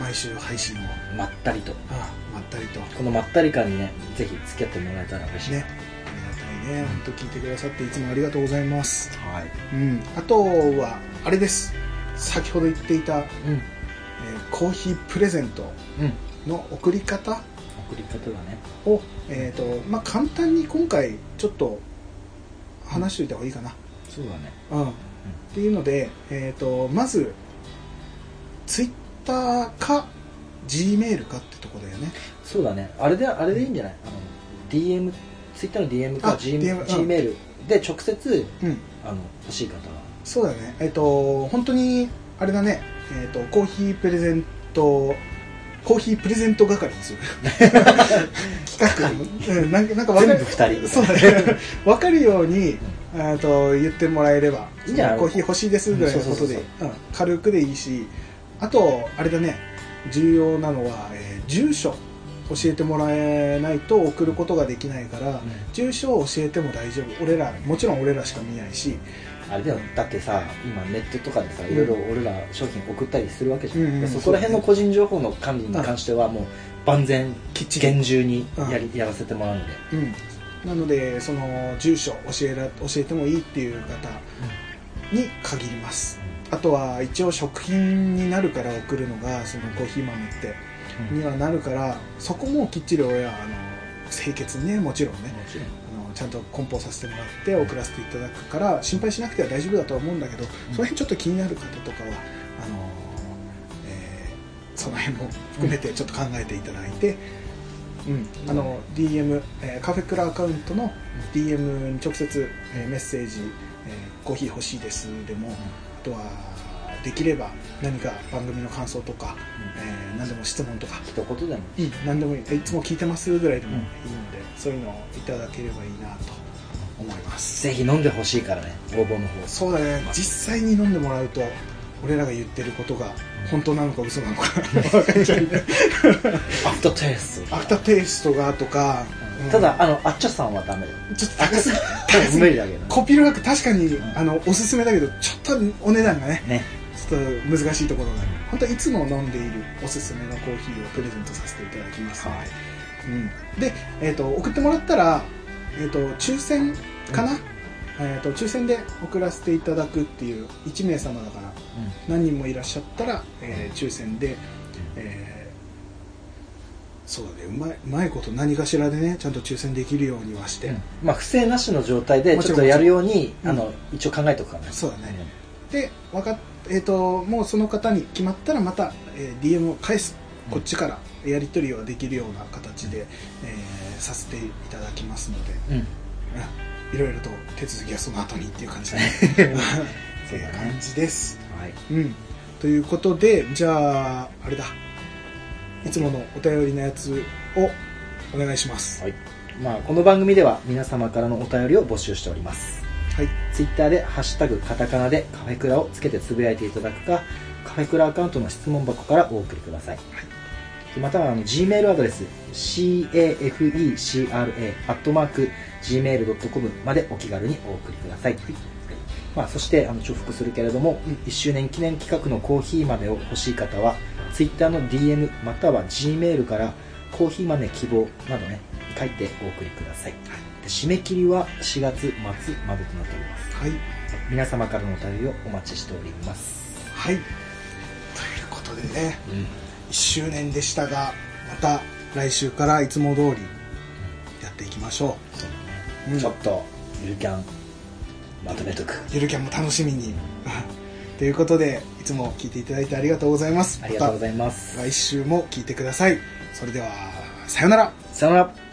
[SPEAKER 1] 毎週配信を、
[SPEAKER 2] まったりと
[SPEAKER 1] ああまったりとね
[SPEAKER 2] このまったり感にねぜひ付き合ってもらえたら嬉し
[SPEAKER 1] あり
[SPEAKER 2] い
[SPEAKER 1] がたいね本当聞いてくださっていつもありがとうございます
[SPEAKER 2] はい、
[SPEAKER 1] うんあとはあれです先ほど言っていた、え
[SPEAKER 2] うん
[SPEAKER 1] ーコーヒープレゼント
[SPEAKER 2] うん、
[SPEAKER 1] の送り方
[SPEAKER 2] 送り方だね
[SPEAKER 1] を、えーとまあ、簡単に今回ちょっと話しておいた方がいいかな、
[SPEAKER 2] そうだね
[SPEAKER 1] うんっていうので、えー、とまずツイッターか G メールかってとこだよね
[SPEAKER 2] そうだねあれであれでいいんじゃないあの DM ツイッターの DM
[SPEAKER 1] あ
[SPEAKER 2] か G,
[SPEAKER 1] DM うん
[SPEAKER 2] G メールで直接
[SPEAKER 1] うん
[SPEAKER 2] あの欲しい方は
[SPEAKER 1] そうだねえっ、と本当にあれだねえっ、とコーヒープレゼントコーヒープレゼント係にす る企画、うん、なんかなんか分か
[SPEAKER 2] 全
[SPEAKER 1] る
[SPEAKER 2] 部2人
[SPEAKER 1] そうだね分かるように、えっと言ってもらえれば
[SPEAKER 2] いいんじゃない
[SPEAKER 1] コーヒー欲しいですぐらいのことで
[SPEAKER 2] うんそう
[SPEAKER 1] うん軽くでいいしあとあれだね重要なのは、えー住所教えてもらえないと送ることができないから、住所を教えても大丈夫俺らもちろん俺らしか見ないし、
[SPEAKER 2] あれだよだってさ今ネットとかでさ
[SPEAKER 1] うん
[SPEAKER 2] いろいろ俺ら商品送ったりするわけじゃん、
[SPEAKER 1] うんうん
[SPEAKER 2] そこら辺の個人情報の管理に関してはもう万全
[SPEAKER 1] きっちり
[SPEAKER 2] 厳重にやり、やらせてもらうので
[SPEAKER 1] うん、なのでその住所教えら教えてもいいっていう方に限りますあとは一応食品になるから送るのがそのコーヒー豆ってにはなるからそこもきっちり俺はあの清潔にねもちろんね
[SPEAKER 2] もちろん
[SPEAKER 1] あのちゃんと梱包させてもらって送らせていただくから心配しなくては大丈夫だとは思うんだけど、その辺ちょっと気になる方とかはあのえーその辺も含めてちょっと考えていただいて、うん、あの DM、えーカフェクラアカウントの DM に直接、えーメッセージ、えーコーヒー欲しいです」でも、あとはできれば何か番組の感想とか、えー何でも質問とか、
[SPEAKER 2] 一言でも
[SPEAKER 1] うん、何でもいいえいつも聞いてますぐらいでもい
[SPEAKER 2] うん
[SPEAKER 1] いので、そういうのをいただければいいなと思います
[SPEAKER 2] ぜひ飲んでほしいからね応募の方
[SPEAKER 1] そうだね実際に飲んでもらうと俺らが言ってることが本当なのか嘘なのか分かっちゃうね
[SPEAKER 2] アフターテイスト
[SPEAKER 1] アフターテイストがとか、うん
[SPEAKER 2] ただあのあっちゃさんはダメだよ
[SPEAKER 1] ちょっと高すぎ
[SPEAKER 2] 多
[SPEAKER 1] 高す
[SPEAKER 2] 分
[SPEAKER 1] ぎ
[SPEAKER 2] 無理だけど
[SPEAKER 1] コピール学確かに、
[SPEAKER 2] ん
[SPEAKER 1] あのおすすめだけどちょっとお値段がね
[SPEAKER 2] ね
[SPEAKER 1] ちょっと難しいところがある本当いつも飲んでいるおすすめのコーヒーをプレゼントさせていただきますので、
[SPEAKER 2] はい
[SPEAKER 1] うん、で、えー、と送ってもらったら、えー、と抽選かな、えー、と抽選で送らせていただくっていう1名様だから何人もいらっしゃったら、えー抽選で、えーそうだねうまいうまいこと何かしらでねちゃんと抽選できるようにはして、
[SPEAKER 2] まあ不正なしの状態で
[SPEAKER 1] もち
[SPEAKER 2] ちょ
[SPEAKER 1] ろ
[SPEAKER 2] っ
[SPEAKER 1] ん
[SPEAKER 2] とやるように
[SPEAKER 1] もちろ
[SPEAKER 2] あ
[SPEAKER 1] ん
[SPEAKER 2] の一応考えておくからね
[SPEAKER 1] そうだねでわかっえー、ともうその方に決まったらまた、えー DM を返す
[SPEAKER 2] うん
[SPEAKER 1] こっちからやり取りはできるような形で、えーさせていただきますので、
[SPEAKER 2] うんうん
[SPEAKER 1] うんいろいろと手続きはその後にっていう感じで っていう感じです、
[SPEAKER 2] はい
[SPEAKER 1] うん、ということでじゃああれだいつものお便りのやつをお願いします
[SPEAKER 2] はいまあこの番組では皆様からのお便りを募集しております
[SPEAKER 1] はい
[SPEAKER 2] ツイッターで「ハッシュタグカタカナ」でカフェクラをつけてつぶやいていただくかカフェクラアカウントの質問箱からお送りください、またはあの G メールアドレス cafecra.gmail.com までお気軽にお送りください、まあ、そしてあの重複するけれども、
[SPEAKER 1] うん
[SPEAKER 2] 1周年記念企画のコーヒー豆を欲しい方はツイッターの DM または G メールからコーヒー豆希望などね書いてお送りください、で締め切りは4月末までとなっております
[SPEAKER 1] はい
[SPEAKER 2] 皆様からのお便りをお待ちしております、
[SPEAKER 1] はいということでね1周年でしたがまた来週からいつも通りやっていきましょ
[SPEAKER 2] そう
[SPEAKER 1] う、
[SPEAKER 2] ね
[SPEAKER 1] うん
[SPEAKER 2] ちょっとゆるキャンまとめとく
[SPEAKER 1] ゆるキャンも楽しみに ということでいつも聞いていただいてありがとうございます
[SPEAKER 2] ありがとうござ
[SPEAKER 1] い
[SPEAKER 2] います
[SPEAKER 1] 来週も聞いてくださいそれではさようなら
[SPEAKER 2] さよなら